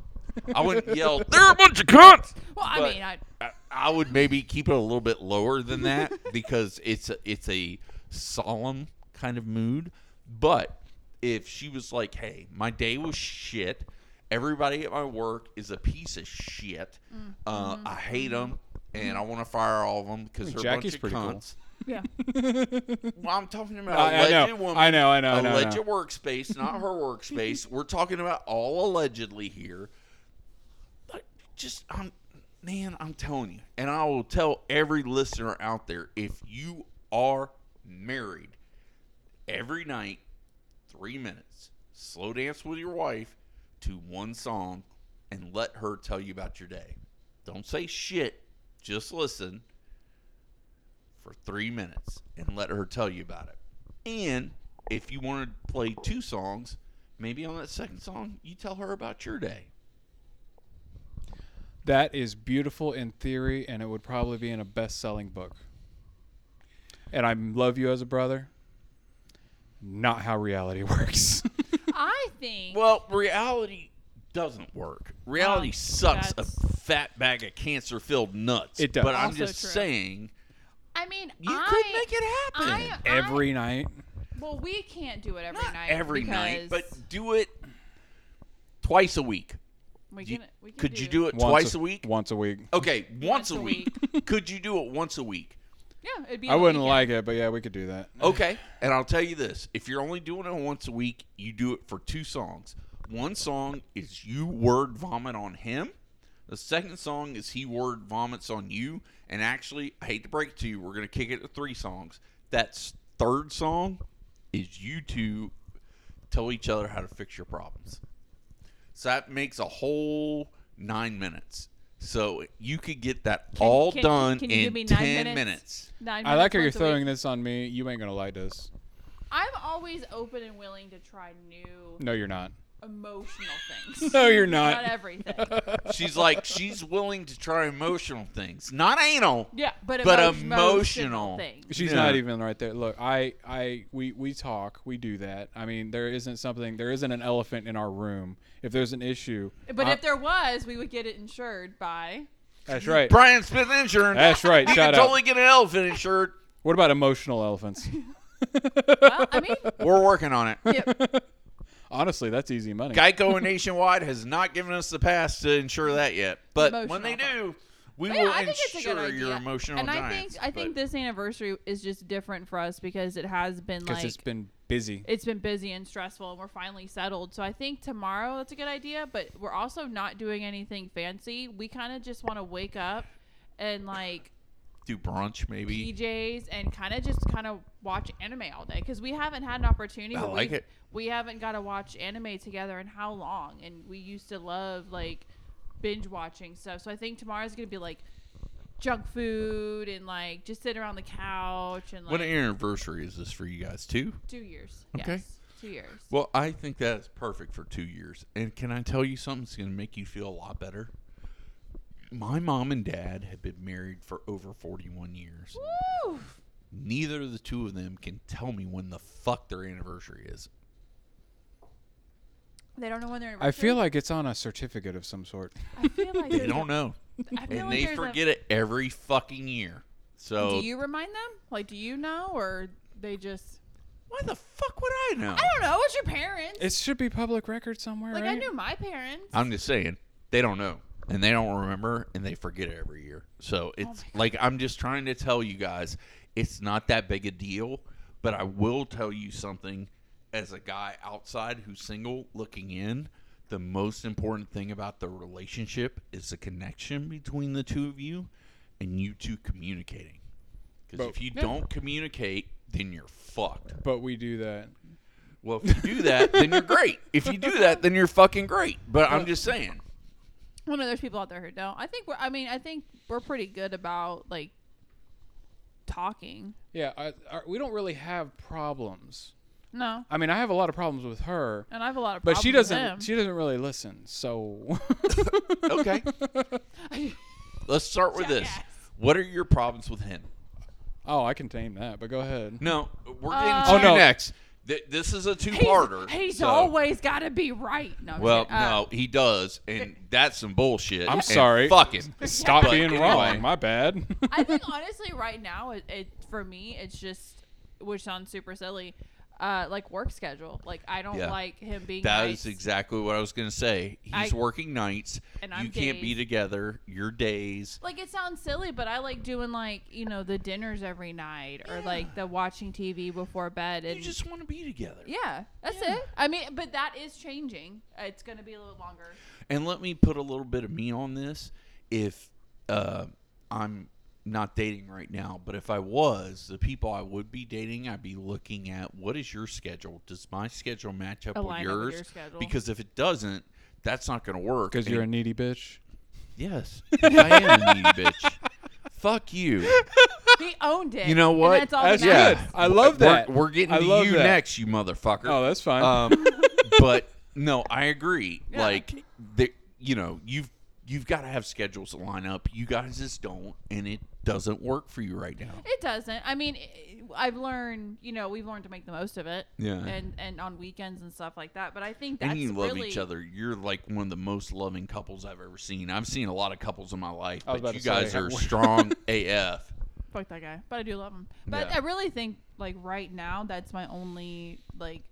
A: I wouldn't yell. They're a bunch of cunts.
C: well, I
A: but-
C: mean, I,
A: I, I would maybe keep it a little bit lower than that because it's a, it's a solemn kind of mood. But if she was like, "Hey, my day was shit. Everybody at my work is a piece of shit. Uh, I hate them, and I want to fire all of them because
B: mean,
A: they're
B: Jackie's
A: a bunch
B: pretty
A: of
B: cool.
A: cunts."
C: yeah.
A: Well, I'm talking about
B: I- I
A: alleged
B: know.
A: woman.
B: I know, I know, I know, I
A: Alleged
B: know.
A: workspace, not her workspace. We're talking about all allegedly here. But just, I'm, man, I'm telling you, and I will tell every listener out there: if you are married, every night, three minutes, slow dance with your wife to one song, and let her tell you about your day. Don't say shit. Just listen for three minutes and let her tell you about it. And if you want to play two songs, maybe on that second song, you tell her about your day.
B: That is beautiful in theory, and it would probably be in a best-selling book. And I love you as a brother. Not how reality works.
C: I think.
A: Well, reality doesn't work. Reality
C: Um,
A: sucks a
C: that's-
A: fat bag of cancer filled nuts.
B: It does.
A: But I'm
C: Also
A: just
C: true.
A: saying,
C: I mean,
A: you
C: I,
A: could make it happen.
C: I, I-
B: Every night.
C: well, we can't do it every
A: Not
C: night.
A: every night,
C: because
A: but do it twice a week.
C: we
A: You-
C: can, we can
A: could you do it
B: Once
A: twice a, week?
B: Once a week.
A: Okay, once, a
C: a
A: week. could you do it once a week?
C: Yeah, it'd be.
B: I
C: on the
B: wouldn't
C: weekend.
B: like it, but yeah, we could do that.
A: Okay. And I'll tell you this if you're only doing it once a week, you do it for two songs. One song is you word vomit on him, the second song is he word vomits on you. And actually, I hate to break it to you, we're going to kick it to three songs. That s- third song is you two tell each other how to fix your problems. So that makes a whole nine minutes. So you could get that all
C: can-
A: done
C: can you
A: in
C: give me nine
A: 10
C: minutes?
A: minutes.
C: Nine
B: I like
C: minutes
B: how you're
C: once a week.
B: throwing this on me. You ain't gonna like this.
C: I'm always open and willing to try new
B: No, you're not.
C: emotional things.
B: No, you're
C: Not
B: not.
C: everything.
A: She's like, she's willing to try emotional things, not anal.
C: Yeah, but
A: But emotional.
C: emotional, thing.
B: She's
A: Yeah.
B: not even right there. Look, I, I, we, we talk. We do that. I mean, there isn't something. There isn't an elephant in our room. If there's an issue,
C: But
A: Uh,
B: I-
C: if there was, we would get it insured by.
B: that's right.
A: Brian Smith Insurance.
B: That's right.
A: You
B: Shout
A: can
B: out.
A: totally get an elephant insured.
B: What about emotional elephants?
C: Well, I mean,
A: We're working on it.
B: Honestly, that's easy money.
A: Geico and Nationwide has not given us the pass to insure that yet, but when
C: Emotional.
A: they do, we
C: but
A: will
C: yeah, I think it's a good
A: insure
C: idea.
A: your emotional
C: and I think
A: giants.
C: I think
A: But
C: this anniversary is just different for us because it has been
B: Because
C: like
B: it's been busy.
C: it's been busy and stressful, and we're finally settled. So I think tomorrow that's a good idea. But we're also not doing anything fancy. We kind of just want to wake up and like
A: do brunch maybe.
C: PJs and kind of just kind of watch anime all day because we haven't had an opportunity.
A: I
C: where
A: like
C: we've-
A: it.
C: We haven't got to watch anime together in how long, and we used to love like binge watching stuff. So I think tomorrow's gonna be like junk food and like just sitting around the couch and like
A: What anniversary is this for you guys too?
C: two years.
A: Okay.
C: Yes, two years.
A: Well, I think that is perfect for two years. And can I tell you something that's going to make you feel a lot better? My mom and dad have been married for over 41 years.
C: Woo!
A: Neither of the two of them can tell me when the fuck their anniversary is.
C: They don't know when they're.
B: I feel like it's on a certificate of some sort.
C: I feel like
A: They don't know,
C: I feel
A: and
C: like
A: they
C: there's
A: forget it every fucking year.
C: A,
A: So
C: do you remind them? Like, do you know, or they just?
A: why the fuck would I know?
C: I don't know. It's your parents.
B: It should be public record somewhere,
C: like
B: right?
C: I knew my parents.
A: I'm just saying they don't know and they don't remember and they forget it every year. So it's like I'm just trying to tell you guys it's not that big a deal, but I will tell you something as a guy outside who's single looking in, the most important thing about the relationship is the connection between the two of you and you two communicating. Because
B: But-
A: if you don't communicate, then you're fucked.
B: But we do that.
A: Well, if you do that, then you're great. If you do that, then you're fucking great. But I'm just saying.
C: Well, no, there's people out there who don't. I think we're. I mean, I think we're pretty good about like talking.
B: Yeah, I, I, we don't really have problems.
C: No,
B: I mean, I have a lot of problems with her,
C: and I have a lot of.
B: but she
C: problems
B: doesn't.
C: with
B: She doesn't really listen. So
A: Okay. Let's start with this.
C: Jackass.
A: What are your problems with him?
B: Oh, I can tame that, but go ahead.
A: No, we're getting
C: Uh,
A: to
B: Oh,
A: you
B: no.
A: next. Th- this is a
C: him.
A: two-parter.
C: He's, he's
A: so-
C: always got to be right. No, I'm
A: Well,
C: kidding. Uh,
A: no, he does, and that's some bullshit.
B: I'm
A: and
B: sorry.
A: Fuck him.
B: Stop
A: But
B: being
A: anyway,
B: wrong. My bad.
C: I think honestly, right now, it, it for me, it's just which sounds super silly. Uh, like work schedule. Like I don't
A: Yeah.
C: like him being.
A: That
C: nice.
A: is exactly what I was going to say. He's
C: I-
A: working nights.
C: And
A: you
C: I'm
A: can't be
C: days.
A: together. Your days.
C: Like it sounds silly, but I like doing like you know the dinners every night or
A: Yeah.
C: like the watching TV before bed. And
A: You just want to be together.
C: yeah, that's it. I mean, but that is changing. It's going to be a little longer.
A: And let me put a little bit of me on this. If uh, I'm not dating right now, but if I was, the people I would be dating, I'd be looking at what is your schedule? Does my schedule match up with
C: Align up
A: yours?
C: with your schedule.
A: Because if it doesn't, that's not going to work.
B: Because
A: And
B: you're
A: it-
B: a needy bitch.
A: yes, 'cause I am a needy bitch. Fuck you.
C: He owned it.
A: You know
C: and
A: what?
C: that's all
B: That's
C: that matters.
B: good. I love that.
A: We're, we're getting
B: I
A: to
B: love
A: you
B: that.
A: next, you motherfucker.
B: Oh, that's fine.
A: Um, but no, I agree. Like, the, you know, you've you've got to have schedules that line up. You guys just don't, and it doesn't work for you right now.
C: It doesn't. I mean, i I've learned. You know, we've learned to make the most of it.
A: Yeah.
C: And and on weekends and stuff like that. But I think that's
A: And you love
C: really,
A: each other. You're like one of the most loving couples I've ever seen. I've seen a lot of couples in my life,
B: I was
A: but
B: about
A: you
B: to say,
A: guys
B: how-
A: are strong AF.
C: Fuck that guy. But I do love him. But
A: Yeah.
C: I really think like right now, that's my only like.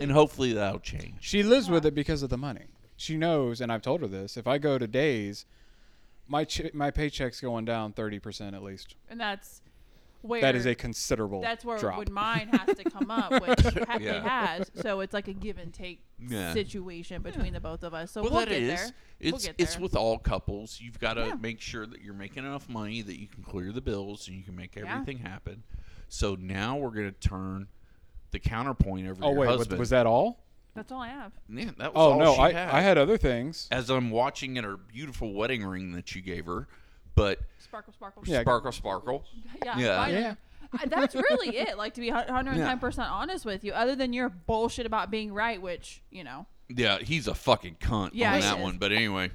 A: And hopefully that'll change.
B: She lives with it because of the money. She knows, and I've told her this. If I go to days, my ch- my paycheck's going down thirty percent at least.
C: And that's where
B: That is a considerable.
C: that's where
B: drop. Oh,
C: when mine has to come up, which heck
A: Yeah.
C: it has. So it's like a give and take
A: Yeah.
C: situation between the both of us. So
A: Well,
C: we'll
A: that
C: get
A: is.
C: there.
A: It's
C: we'll get
A: it's
C: there.
A: with all couples. You've got to
C: Yeah.
A: make sure that you're making enough money that you can clear the bills and you can make
C: Yeah.
A: everything happen. So now we're going to turn the counterpoint over. to
B: oh
A: your
B: wait, was,
A: husband.
B: was that all?
C: that's all I have.
A: Yeah, that was
B: Oh
A: all
B: no,
A: she
B: I
A: had.
B: I had other things.
A: As I'm watching at her beautiful wedding ring that you gave her, but
C: Sparkle, sparkle.
B: Yeah.
A: sparkle, sparkle.
C: Yeah.
A: Yeah.
C: finally.
B: Yeah.
C: Uh, That's really it. Like to be 110% honest with you, other than your bullshit about being right, which, you know,
A: Yeah, he's a fucking cunt
C: Yeah,
A: on
C: he
A: that
C: is.
A: one. But anyway,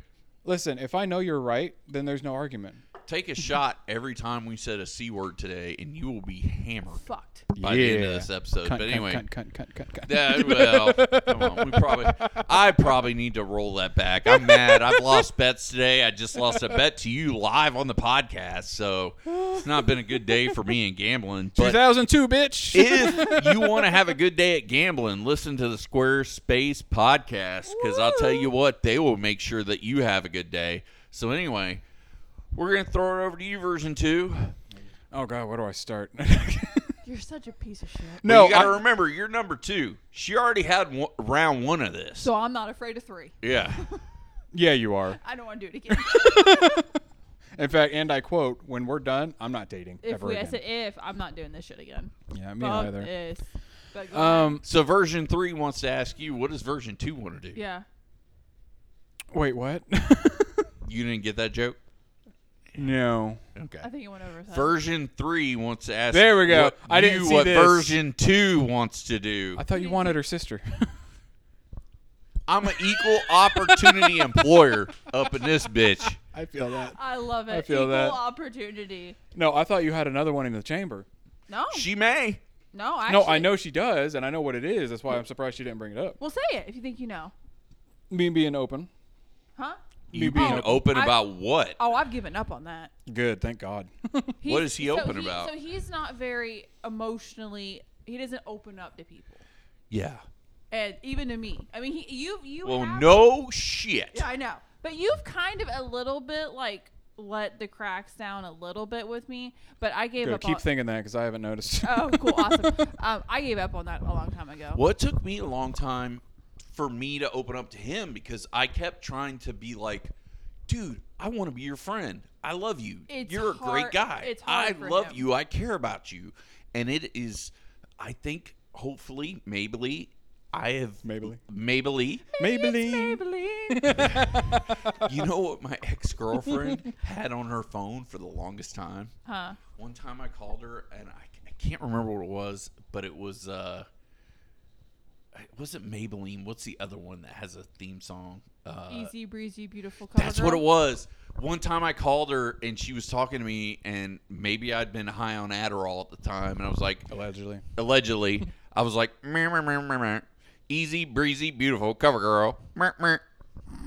B: Listen, if I know you're right, then there's no argument.
A: take a shot every time we said a c word today, and you will be hammered
C: fucked.
A: by the end of this episode.
B: Cunt,
A: but
B: cunt,
A: anyway.
B: cunt, cunt, cunt, cunt, cunt.
A: Yeah, well, come on. We probably, I probably need to roll that back. I'm mad. I've lost bets today. I just lost a bet to you live on the podcast, so it's not been a good day for me in gambling. But
B: 2002, bitch.
A: if you want to have a good day at gambling, listen to the Squarespace podcast because I'll tell you what, they will make sure that you have a good day. So, anyway, we're going to throw it over to you, version two.
B: oh god, where do I start?
C: You're such a piece of shit.
A: No,
B: no,
A: you got to
B: I-
A: remember, you're number two. She already had one, round one of this.
C: So I'm not afraid of three.
A: yeah.
B: yeah, you are.
C: I don't want to do it again.
B: In fact, and I quote, "When we're done, I'm not dating
C: if
B: ever
C: we, I
B: again."
C: said eh. if, I'm not doing this shit again.
B: yeah, me
C: Fuck
B: neither.
C: this. But go ahead.
B: Um,
A: So, version three wants to ask you, what does version two want to do?
C: yeah.
B: wait, what?
A: You didn't get that joke?
B: no.
A: Okay.
C: I think it went over his head.
A: Version three wants to ask.
B: There we go.
A: what
B: I didn't
A: you-
B: see
A: what
B: this.
A: version two wants to do.
B: I thought you wanted her sister.
A: I'm an equal opportunity employer up in this bitch.
B: I feel that.
C: I love it.
B: I feel
C: Equal
B: that.
C: opportunity.
B: No, I thought you had another one in the chamber.
C: No.
A: She may.
C: no, actually,
B: no, I know she does, and I know what it is. That's why I'm surprised she didn't bring it up.
C: Well, say it if you think you know.
B: Me being open.
C: Huh?
A: You being
C: Oh,
A: open
C: I-
A: about what?
C: Oh, I've given up on that.
B: Good, thank God.
C: He's,
A: What is he
C: so
A: open about?
C: So he's not very emotionally. He doesn't open up to people,
A: Yeah.
C: and even to me. I mean, he, you you.
A: Well,
C: have-
A: no shit.
C: Yeah, I know. But you've kind of a little bit like let the cracks down a little bit with me. But I gave
B: Good.
C: up.
B: Keep
C: on,
B: thinking that because I haven't noticed.
C: Oh, cool, awesome. um, I gave up on that a long time ago.
A: What took me a long time for me to open up to him because I kept trying to be like, dude, I want to be your friend. I love you.
C: It's
A: You're a great
C: hard-
A: guy.
C: it's hard
A: I
C: for
A: love
C: him."
A: you. I care about you. And it is, I think, hopefully, maybe, I have
B: Maybelline.
A: Maybelline.
B: Maybelline.
C: Maybelline.
A: you know what my ex girlfriend had on her phone for the longest time?
C: huh?
A: One time I called her and I, I can't remember what it was, but it was uh, it wasn't Maybelline. What's the other one that has a theme song? Uh,
C: Easy breezy, beautiful. Cover
A: that's what it was. One time I called her and she was talking to me, and maybe I'd been high on Adderall at the time, and I was like,
B: Allegedly.
A: allegedly, I was like, meh, meh, meh, meh, meh. easy, breezy, beautiful, cover girl. Meh, meh.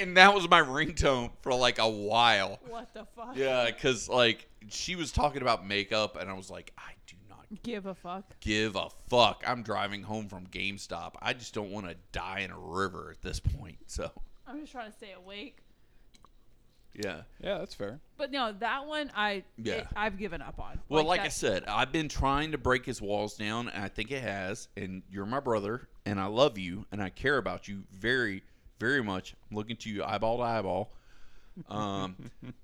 A: And that was my ringtone for like a while.
C: What the fuck?
A: Yeah, because like she was talking about makeup, and I was like, I do not
C: Give a fuck.
A: give a fuck. I'm driving home from GameStop. I just don't want to die in a river at this point. So,
C: I'm just trying to stay awake.
A: yeah.
B: Yeah, that's fair.
C: But no, that one I
A: Yeah.
C: it- I've given up on.
A: Well, like, I
C: that-
A: said, I've been trying to break his walls down, and I think it has. And you're my brother, and I love you, and I care about you very, very much. I'm looking to you eyeball to eyeball. Um,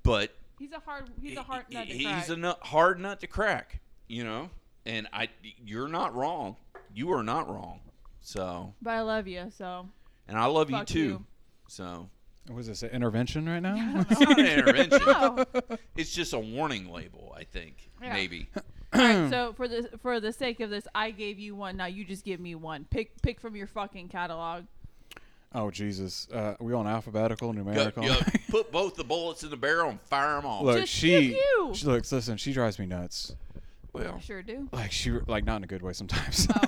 A: but
C: he's a hard he's a hard
A: he-
C: nut to
A: he's
C: crack.
A: a nut, hard nut to crack, you know. And I, you're not wrong. You are not wrong. So,
C: but I love you so.
A: and I love
C: Fuck
A: you too.
C: you.
A: So,
B: Was this an intervention right now?
A: it's not an intervention.
C: Oh.
A: It's just a warning label, I think.
C: Yeah.
A: Maybe.
C: Alright, so for the for the sake of this, I gave you one. Now you just give me one. Pick pick from your fucking catalog.
B: oh Jesus! Uh, we on alphabetical,
A: Go,
B: numerical.
A: yo, put both the bullets in the barrel and fire them off.
B: Look,
C: Just
B: she,
C: give you.
B: she looks. Listen, she drives me nuts.
C: I
A: Well,
C: sure do.
B: Like she, like not in a good way sometimes.
C: Oh.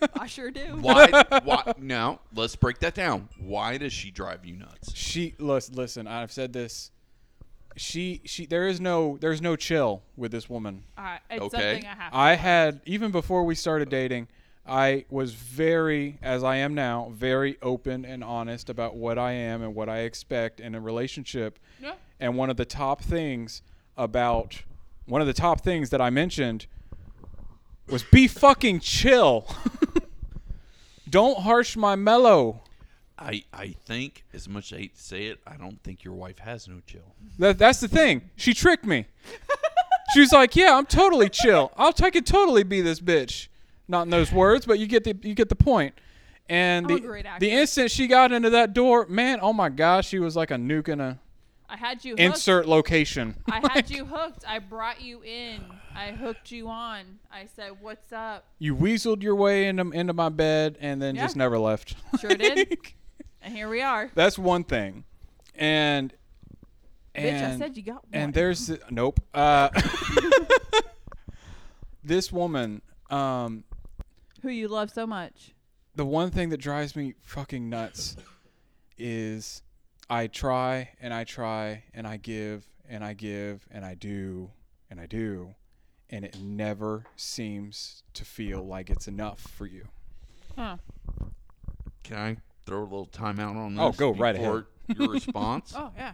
B: Like,
C: I sure do.
A: why? Why? Now let's break that down. Why does she drive you nuts?
B: she listen, listen. I've said this. She, she. There is no, there's no chill with this woman.
C: Alright, it's
A: Okay.
C: something I have. To
B: I had even before we started dating, I was very, as I am now, very open and honest about what I am and what I expect in a relationship.
C: Yeah.
B: And one of the top things about one of the top things that I mentioned was be fucking chill. Don't harsh my mellow.
A: I I think, as much as I hate to say it, I don't think your wife has no chill.
B: That, that's the thing. She tricked me. She was like, "Yeah, I'm totally chill. I'll I could totally be this bitch." Not in those words, but you get the you get the point. And
C: I'm a
B: the
C: great actor.
B: the instant she got into that door, man, oh my gosh, she was like a nuke in a
C: I had you hooked.
B: insert location.
C: I had you hooked. I brought you in. I hooked you on. I said, "What's up?"
B: You weaseled your way into into my bed and then
C: Yeah.
B: just never left.
C: Sure did. And here we are.
B: That's one thing. And
C: Bitch, I
B: and-
C: said you got one.
B: And there's the- nope. Uh, this woman, um,
C: who you love so much.
B: the one thing that drives me fucking nuts is I try and I try and I give and I give and I do and I do and it never seems to feel like it's enough for you.
C: Huh.
A: Can I throw a little timeout on this?
B: Oh, go right
A: before Your response.
C: Oh yeah.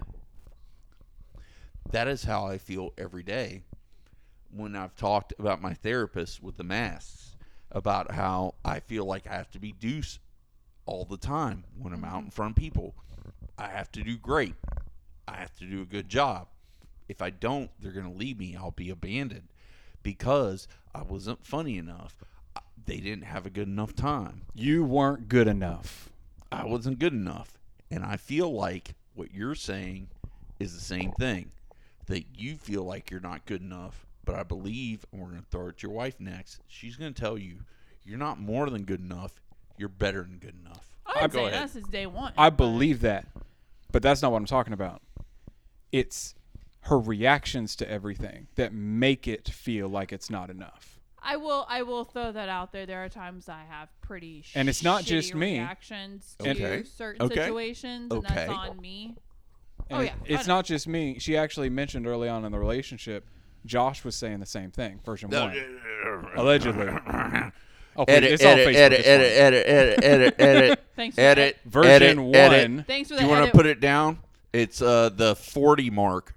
A: That is how I feel every day when I've talked about my therapist with the masks about how I feel like I have to be deuce all the time when I'm out in front of people. I have to do great. I have to do a good job. If I don't, they're going to leave me. I'll be abandoned because I wasn't funny enough. I- They didn't have a good enough time.
B: You weren't good enough.
A: I wasn't good enough. And I feel like what you're saying is the same thing that you feel like you're not good enough. But I believe, and we're going to throw it at your wife next, she's going to tell you you're not more than good enough. You're better than good enough.
C: I've been
A: Go
C: saying
A: ahead.
C: that since day one.
B: I believe that. But that's not what I'm talking about. It's her reactions to everything that make it feel like it's not enough.
C: I will. I will throw that out there. There are times I have pretty
B: And it's not
C: shitty
B: just me.
C: reactions to
A: And- Okay.
C: certain
A: Okay.
C: situations, and
A: Okay.
C: that's on me.
B: And
C: Oh,
B: it-
C: yeah. I
B: it's
C: know.
B: not just me. She actually mentioned early on in the relationship, Josh was saying the same thing. Version one, allegedly. Oh, please,
A: Edit,
B: it's all
A: edit,
B: Facebook,
A: edit,
B: it's
A: edit, edit, edit, edit, edit,
C: Thanks for
A: edit.
C: that.
B: Version
A: edit,
B: one.
A: edit.
C: Thanks for
A: Do
C: the
A: you want
C: edit.
A: to put it down? It's uh the 40 mark.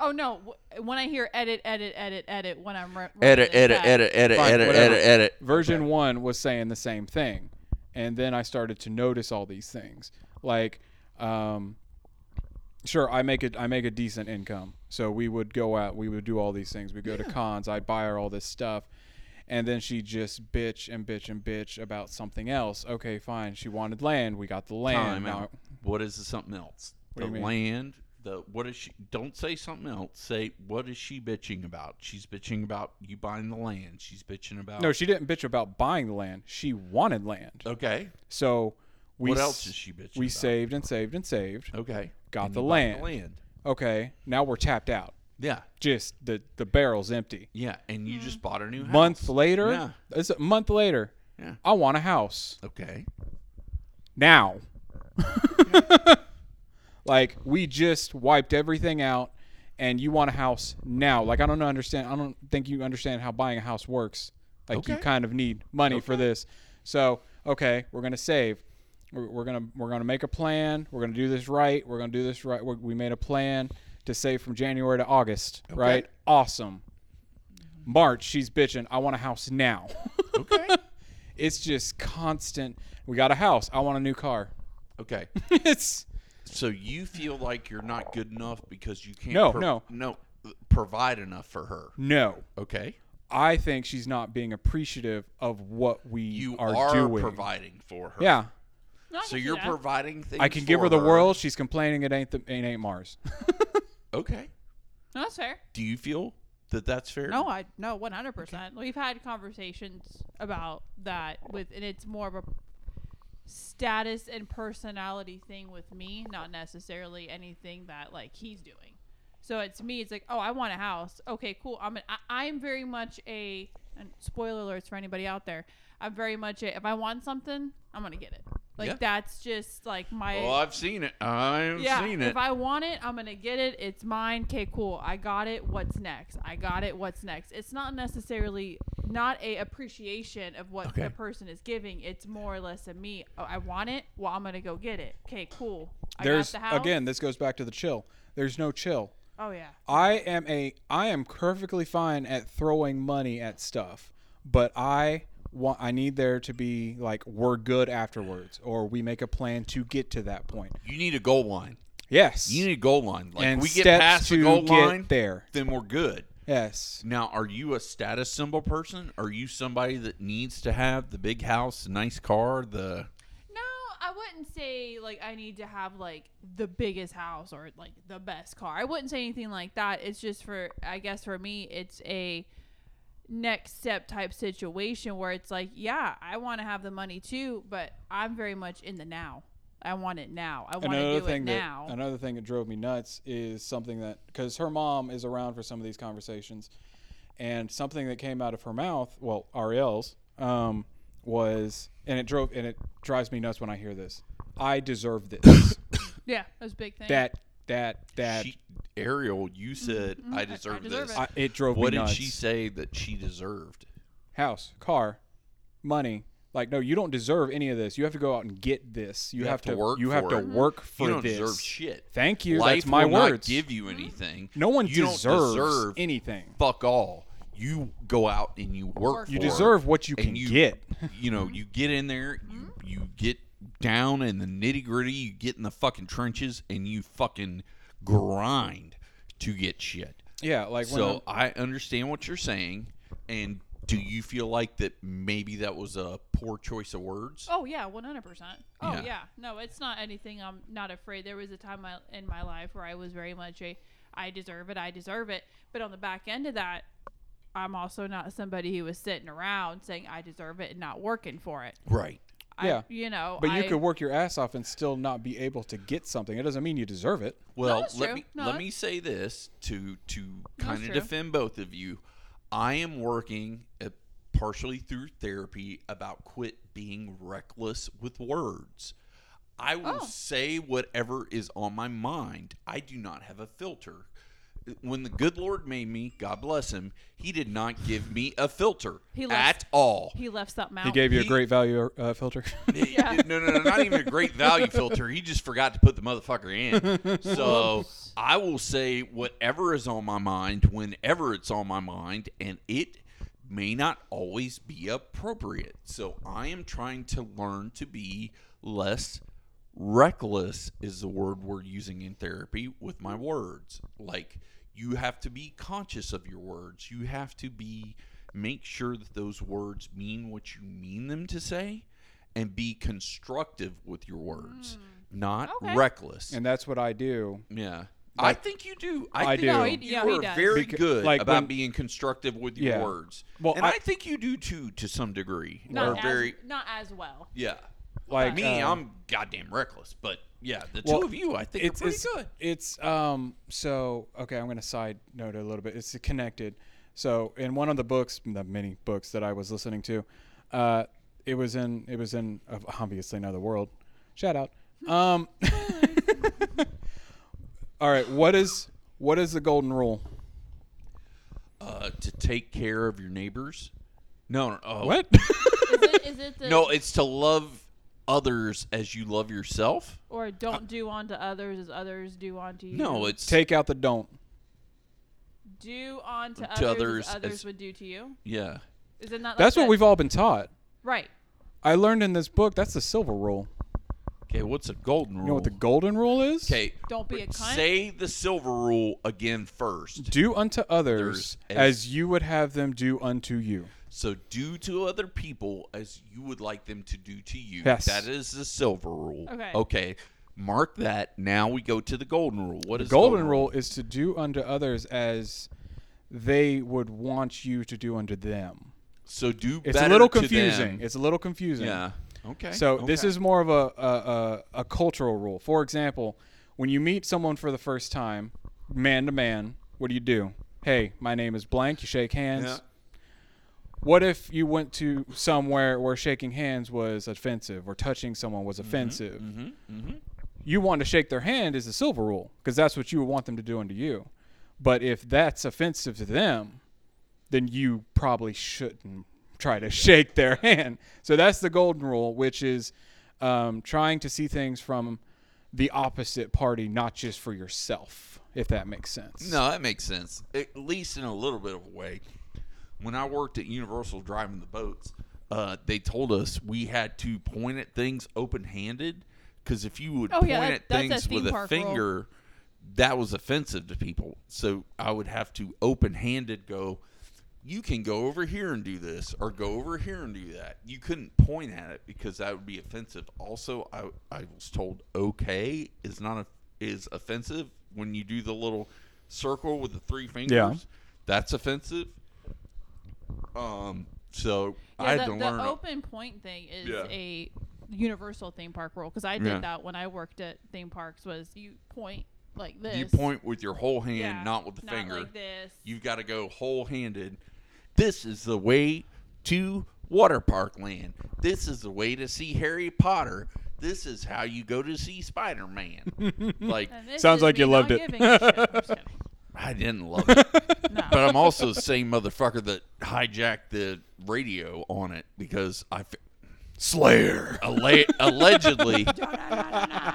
C: Oh no! wh- When I hear edit, edit, edit, edit, when I'm re-
A: Edit,
C: running this
A: edit,
C: back.
A: edit, edit,
B: Fine,
A: edit,
B: whatever.
A: edit, edit.
B: version one was saying the same thing and then i started to notice all these things like um, sure i make it i make a decent income so we would go out we would do all these things we go to cons i'd buy her all this stuff and then she just bitch and bitch and bitch about something else okay fine she wanted land we got the land
A: Time
B: Now-
A: out. What is the something else?
B: What do
A: The
B: you mean?
A: land. The what is she? Don't say something else. Say what is she bitching about? She's bitching about you buying the land. She's bitching about.
B: no she didn't bitch about buying the land she wanted land
A: okay.
B: so we
A: What
B: s-
A: else is she bitching
B: we
A: about?
B: saved and saved and saved
A: Okay.
B: Got
A: And
B: the
A: you bought
B: land.
A: The land.
B: okay now we're tapped out
A: Yeah.
B: just the the barrel's empty.
A: Yeah. And you just bought a new house.
B: Month later,
A: Yeah.
B: it's a month later.
A: Yeah.
B: I want a house
A: Okay.
B: now. like we just wiped everything out, and you want a house now. Like I don't understand. I don't think you understand how buying a house works. Like you
A: Okay.
B: kind of need money for this. So okay, we're gonna save. We're, we're gonna we're gonna make a plan. We're gonna do this right. We're gonna do this right. we we made a plan to save from January to August. Right? Awesome. March, she's bitching. I want a house now.
A: Okay.
B: it's just constant. We got a house. I want a new car.
A: okay.
B: it's
A: So you feel like you're not good enough because you can't.
B: No, no.
A: no. Provide enough for her.
B: no.
A: Okay.
B: I think she's not being appreciative of what we
A: You
B: are,
A: are,
B: doing.
A: providing for her.
B: Yeah,
C: No, I
A: So
C: can see
A: you're
C: that.
A: providing things.
B: I can give her
A: for
B: the world. She's complaining it ain't the, it ain't Mars.
A: Okay.
C: No, that's fair.
A: Do you feel that that's fair?
C: No, I no, one hundred percent. We've had conversations about that with, and it's more of a status and personality thing with me, not necessarily anything that like he's doing. So it's me. It's like, oh, I want a house. Okay, cool. I'm an, I, I'm very much a and spoiler alerts for anybody out there. I'm very much a if I want something, I'm gonna get it. Like
A: Yeah.
C: that's just like my
A: Oh, I've seen it. I've
C: yeah,
A: seen
C: if
A: it.
C: I want it, I'm gonna get it. It's mine. Okay, cool. I got it. What's next? I got it. What's next? It's not necessarily not a appreciation of what
A: Okay.
C: the person is giving. It's more or less a me. Oh, I want it. Well, I'm gonna go get it. Okay, cool. I
B: There's
C: got the house.
B: again. This goes back to the chill. There's no chill.
C: Oh yeah.
B: I am a I am perfectly fine at throwing money at stuff, but I want I need there to be like we're good afterwards or we make a plan to get to that point.
A: you need a goal line.
B: Yes.
A: You need a goal line. Like
B: and
A: we get
B: steps
A: past
B: to
A: the goal
B: get
A: line,
B: there.
A: then we're good.
B: Yes.
A: Now, are you a status symbol person? Are you somebody that needs to have the big house, the nice car, the
C: No, I wouldn't say like I need to have like the biggest house or like the best car. I wouldn't say anything like that. It's just for I guess for me it's a next step type situation where it's like, yeah, I want to have the money too, but I'm very much in the now. I want it now. I want to
B: Another
C: do
B: thing
C: it
B: that
C: now.
B: another thing that drove me nuts is something that because her mom is around for some of these conversations, and something that came out of her mouth, well, Ariel's, um, was and it drove and it drives me nuts when I hear this. I deserve this.
C: yeah, that's a big thing.
B: that that that
A: she, Ariel? You said I deserve,
C: Mm-hmm. deserve
A: this.
C: it.
B: I, it drove
A: What
B: me
A: did
B: nuts.
A: she say that she deserved?
B: House, car, money. Like no, you don't deserve any of this. You have to go out and get this. You, have, to, work. You have
A: for
B: to
A: it.
B: work for
A: you don't
B: this.
A: deserve shit.
B: Thank you.
A: Life
B: That's my
A: will
B: words.
A: Not give you
C: Mm-hmm.
A: anything.
B: no one
A: you
B: deserves
A: don't deserve
B: anything.
A: fuck all. You go out and you work.
B: You
A: for it,
B: deserve what you
A: and
B: can get.
A: you know, you get in there, you, you get down in the nitty gritty, you get in the fucking trenches, and you fucking grind to get shit.
B: Yeah, like when
A: So I understand what you're saying, and do you feel like that maybe that was a poor choice of words?
C: Oh yeah, one hundred percent. Oh
A: Yeah.
C: yeah. no, it's not anything. I'm not afraid. There was a time I, in my life where I was very much a, I deserve it, I deserve it. But on the back end of that, I'm also not somebody who was sitting around saying I deserve it and not working for it.
A: Right.
B: Yeah.
C: I, you know,
B: But you
C: I-
B: could work your ass off and still not be able to get something. It doesn't mean you deserve it.
A: Well,
C: that's
A: let
C: true.
A: me
C: No,
A: let
C: that-
A: me say this to to kind of
C: true.
A: defend both of you. I am working uh partially through therapy about quit being reckless with words. I will
C: Oh.
A: say whatever is on my mind. I do not have a filter. When the good Lord made me, God bless him, he did not give me a filter
C: He left-
A: at all.
C: he left something out.
B: He gave you a
A: He-
B: great value uh, filter.
C: Yeah.
A: No, no, no, not even a great value filter. He just forgot to put the motherfucker in. So I will say whatever is on my mind, whenever it's on my mind, and it may not always be appropriate. So I am trying to learn to be less reckless is the word we're using in therapy with my words. Like you have to be conscious of your words. You have to be make sure that those words mean what you mean them to say and be constructive with your words, not
C: Mm. Okay.
A: reckless.
B: and that's what I do.
A: yeah. I
B: Like-
A: think you do. I,
B: I
A: think
B: do. No, he-
A: You
C: yeah, Oh, he
A: are
C: does.
A: very
B: Beca-
A: good
B: like
A: about
B: when-
A: being constructive with your
B: Yeah.
A: words.
B: Well,
A: and I,
B: I-
A: think you do too, to some degree.
C: not
A: Or
C: as,
A: very,
C: not as well.
A: yeah.
B: Like
A: Me,
B: um,
A: I'm goddamn reckless, but yeah, the
B: Well,
A: two of you, I think, are pretty
B: it's,
A: good.
B: It's um so okay. I'm gonna side note a little bit. It's connected. So in one of the books, the many books that I was listening to, uh, it was in it was in uh, obviously another world. Shout out. Um, all right. What is what is the golden rule?
A: Uh, to take care of your neighbors. No, no oh,
B: What?
C: Is it, is it the
A: No, it's to love others as you love yourself.
C: or don't do unto others as others do unto you?
A: uh, No, it's
B: Mm-hmm. Take out the don't.
C: do unto
A: To
C: others,
A: others
C: as others
A: as-
C: would do to you.
A: yeah.
C: Is it not?
B: That's
C: like
B: what we've all been taught.
C: right.
B: I learned in this book. That's the silver rule.
A: Okay, what's a golden rule?
B: You know what the golden rule is?
A: Oh. Okay.
C: Don't be a cunt.
A: Say the silver rule again first.
B: Do unto
A: Others
B: others
A: as-
B: as you would have them do unto you.
A: So do to other people as you would like them to do to you.
B: Yes.
A: That is the silver rule.
C: Okay.
A: Okay. Mark that. Now we go to the golden rule. What
B: The
A: is
B: golden rule is to do unto others as they would want you to do unto them.
A: So do
B: It's
A: better
B: a little
A: to them.
B: confusing. It's a little confusing.
A: yeah. Okay.
B: So this
A: okay.
B: is more of a, a, a, a cultural rule. For example, when you meet someone for the first time, man to man, what do you do? Hey, my name is blank. You shake hands.
A: Yeah.
B: What if you went to somewhere where shaking hands was offensive or touching someone
A: Mm-hmm.
B: was offensive? You want to shake their hand is the silver rule because that's what you would want them to do unto you. But if that's offensive to them, then you probably shouldn't try to shake their hand. So that's the golden rule, which is um, trying to see things from the opposite party, not just for yourself, if that makes sense.
A: No, that makes sense. At least in a little bit of a way. When I worked at Universal driving the boats, uh, they told us we had to point at things open handed because if you would
C: Oh,
A: point
C: yeah, that-
A: at
C: that's a
A: things with
C: theme
A: a
C: park rule.
A: finger, that was offensive to people. So I would have to open handed go, you can go over here and do this or go over here and do that. You couldn't point at it because that would be offensive. Also, I, I was told okay is not a, is offensive when you do the little circle with the three fingers. That's offensive. Um so
C: Yeah,
A: I had
C: the,
A: to
C: the
A: learn
C: open point thing is
A: Yeah.
C: a universal theme park rule because I did
A: Yeah.
C: that when I worked at theme parks. Was you point like this?
A: you point with your whole hand,
C: Yeah,
A: not with the finger.
C: Like this.
A: You've got to go whole handed. This is the way to water park land. This is the way to see Harry Potter. This is how you go to see Spider Man. like,
C: And this
B: Sounds
C: is
B: like
C: me
B: you
C: not
B: loved it.
C: giving a shit. I'm just kidding.
A: I didn't love it.
C: No.
A: but I'm also the same motherfucker that hijacked the radio on it because I. Fi-
B: Slayer.
A: alle- allegedly,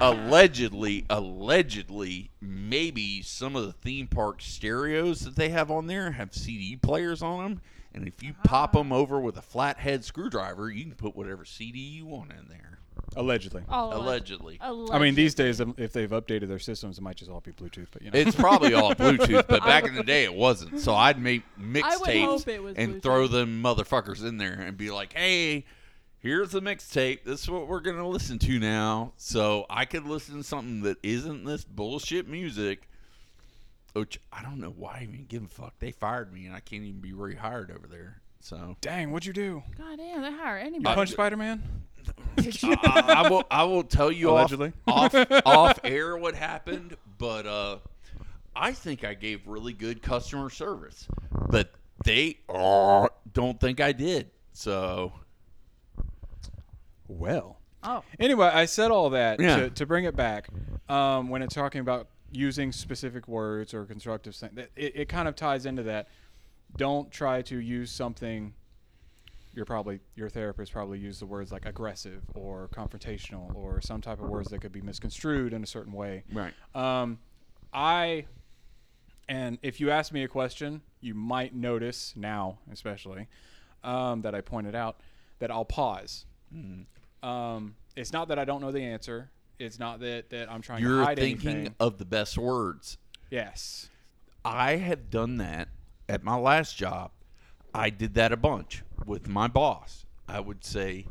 A: allegedly, allegedly, maybe some of the theme park stereos that they have on there have CD players on them, and if you pop 'em pop them over with a flathead screwdriver, you can put whatever CD you want in there.
B: Allegedly.
C: All of us.
A: Allegedly,
B: I mean, these
C: Oh, Allegedly.
B: days, um, if they've updated their systems, it might just all be Bluetooth. But you know,
A: it's probably all Bluetooth, but back in the day it wasn't. So I'd make mixtapes
C: hope it was
A: and
C: Bluetooth.
A: throw them motherfuckers in there and be like, "Hey." Here's the mixtape. This is what we're gonna listen to now. So I could listen to something that isn't this bullshit music, which I don't know why I even give a fuck. They fired me and I can't even be rehired over there. So
B: Dang, what'd you do?
C: God damn, they hire
B: You
C: anybody.
B: punch Spider Man?
A: I, I will I will tell you off-
B: Allegedly.
A: off, off air what happened, but uh, I think I gave really good customer service, but they uh, don't think I did. So
B: Well.
C: oh,
B: Anyway, I said all that
A: Yeah.
B: to, to bring it back um, when it's talking about using specific words or constructive sen- that It, it kind of ties into that. Don't try to use something. You're probably your therapist probably used the words like aggressive or confrontational or some type of words that could be misconstrued in a certain way.
A: right,
B: Um, I, and if you ask me a question, you might notice now, especially, um, that I pointed out that I'll pause.
A: Mm-hmm.
B: Um, it's not that I don't know the answer. It's not that, that I'm trying to
A: you're
B: hide
A: thinking
B: anything.
A: of the best words.
B: Yes.
A: I have done that at my last job. I did that a bunch with my boss. I would say,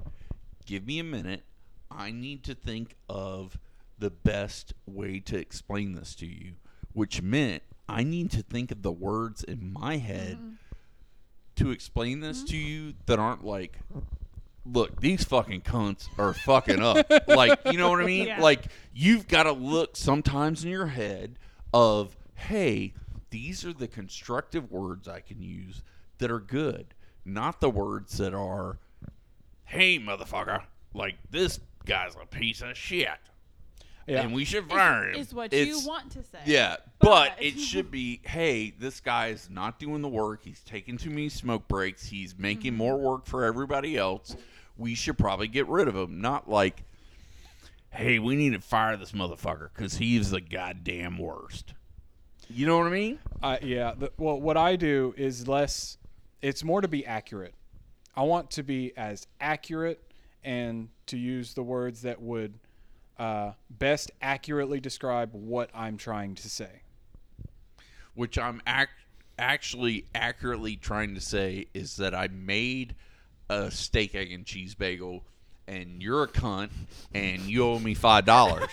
A: give me a minute. I need to think of the best way to explain this to you, which meant I need to think of the words in my head to explain this to you that aren't like, look, these fucking cunts are fucking up. like, you know what I mean?
C: Yeah.
A: Like, you've got to look sometimes in your head of, hey, these are the constructive words I can use that are good, not the words that are, hey, motherfucker, like this guy's a piece of shit.
B: Yeah.
A: And we should fire him.
C: is, is what
A: It's-
C: you want to say.
A: yeah, but,
C: But-
A: it should be, hey, this guy is not doing the work. He's taking too many smoke breaks. He's making more work for everybody else. We should probably get rid of him. Not like, hey, we need to fire this motherfucker because he's the goddamn worst. You know what I mean?
B: I Uh, yeah. The, well, what I do is less. It's more to be accurate. I want to be as accurate and to use the words that would uh, best accurately describe what I'm trying to say.
A: Which I'm ac- actually accurately trying to say is that I made a steak, egg, and cheese bagel, and you're a cunt, and you owe me $5.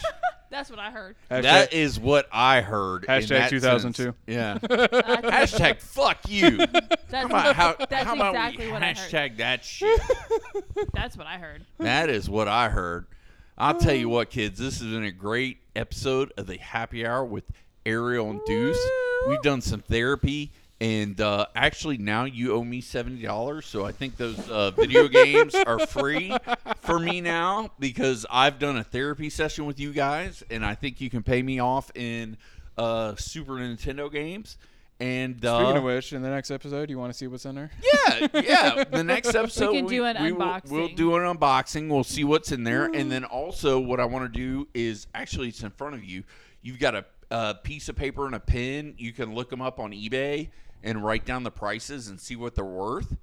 C: That's what I heard.
B: Hashtag-
A: That is what I heard. in
B: Hashtag
A: that
B: 2002.
A: sense. Yeah.
C: That's,
A: hashtag fuck you.
C: that's,
A: How about, how,
C: that's
A: how about
C: exactly
A: we
C: what I heard.
A: hashtag that shit?
C: That's what I heard.
A: that is what I heard. I'll tell you what, kids. This has been a great episode of the Happy Hour with Ariel and Deuce. We've done some therapy. And uh, actually, now you owe me seventy dollars, so I think those uh, video games are free for me now because I've done a therapy session with you guys, and I think you can pay me off in uh, Super Nintendo games. And uh,
B: Speaking of which, in the next episode, you want to see what's in there?
A: yeah, yeah. The next episode
C: can do an
A: will-
C: unboxing. Mm.
A: We'll do an unboxing. We'll see what's in there, and then also what I want to do is actually it's in front of you. You've got a, a piece of paper and a pen. You can look them up on eBay and write down the prices and see what they're worth.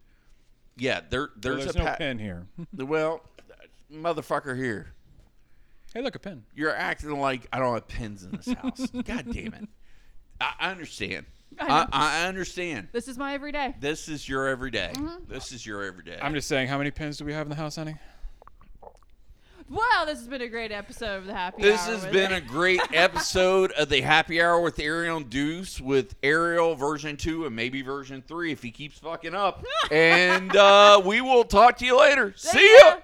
A: Yeah, there
B: Well,
A: there's,
B: there's
A: a
B: no
A: pa-
B: pen here.
A: Well, motherfucker, here
B: hey, look, a pen.
A: you're acting like I don't have pens in this house. God damn it! I, I understand.
C: I know.
A: I, I understand.
C: This is my everyday.
A: This is your everyday.
C: Mm-hmm.
A: This is your everyday.
B: I'm just saying, how many pens do we have in the house, honey?
C: Wow, this has been a great episode of the Happy
A: This
C: Hour
A: has
C: with-
A: been a great episode of the Happy Hour with Ariel and Deuce with Ariel version two and maybe version three if he keeps fucking up. and uh, we will talk to you later. See ya.
C: ya.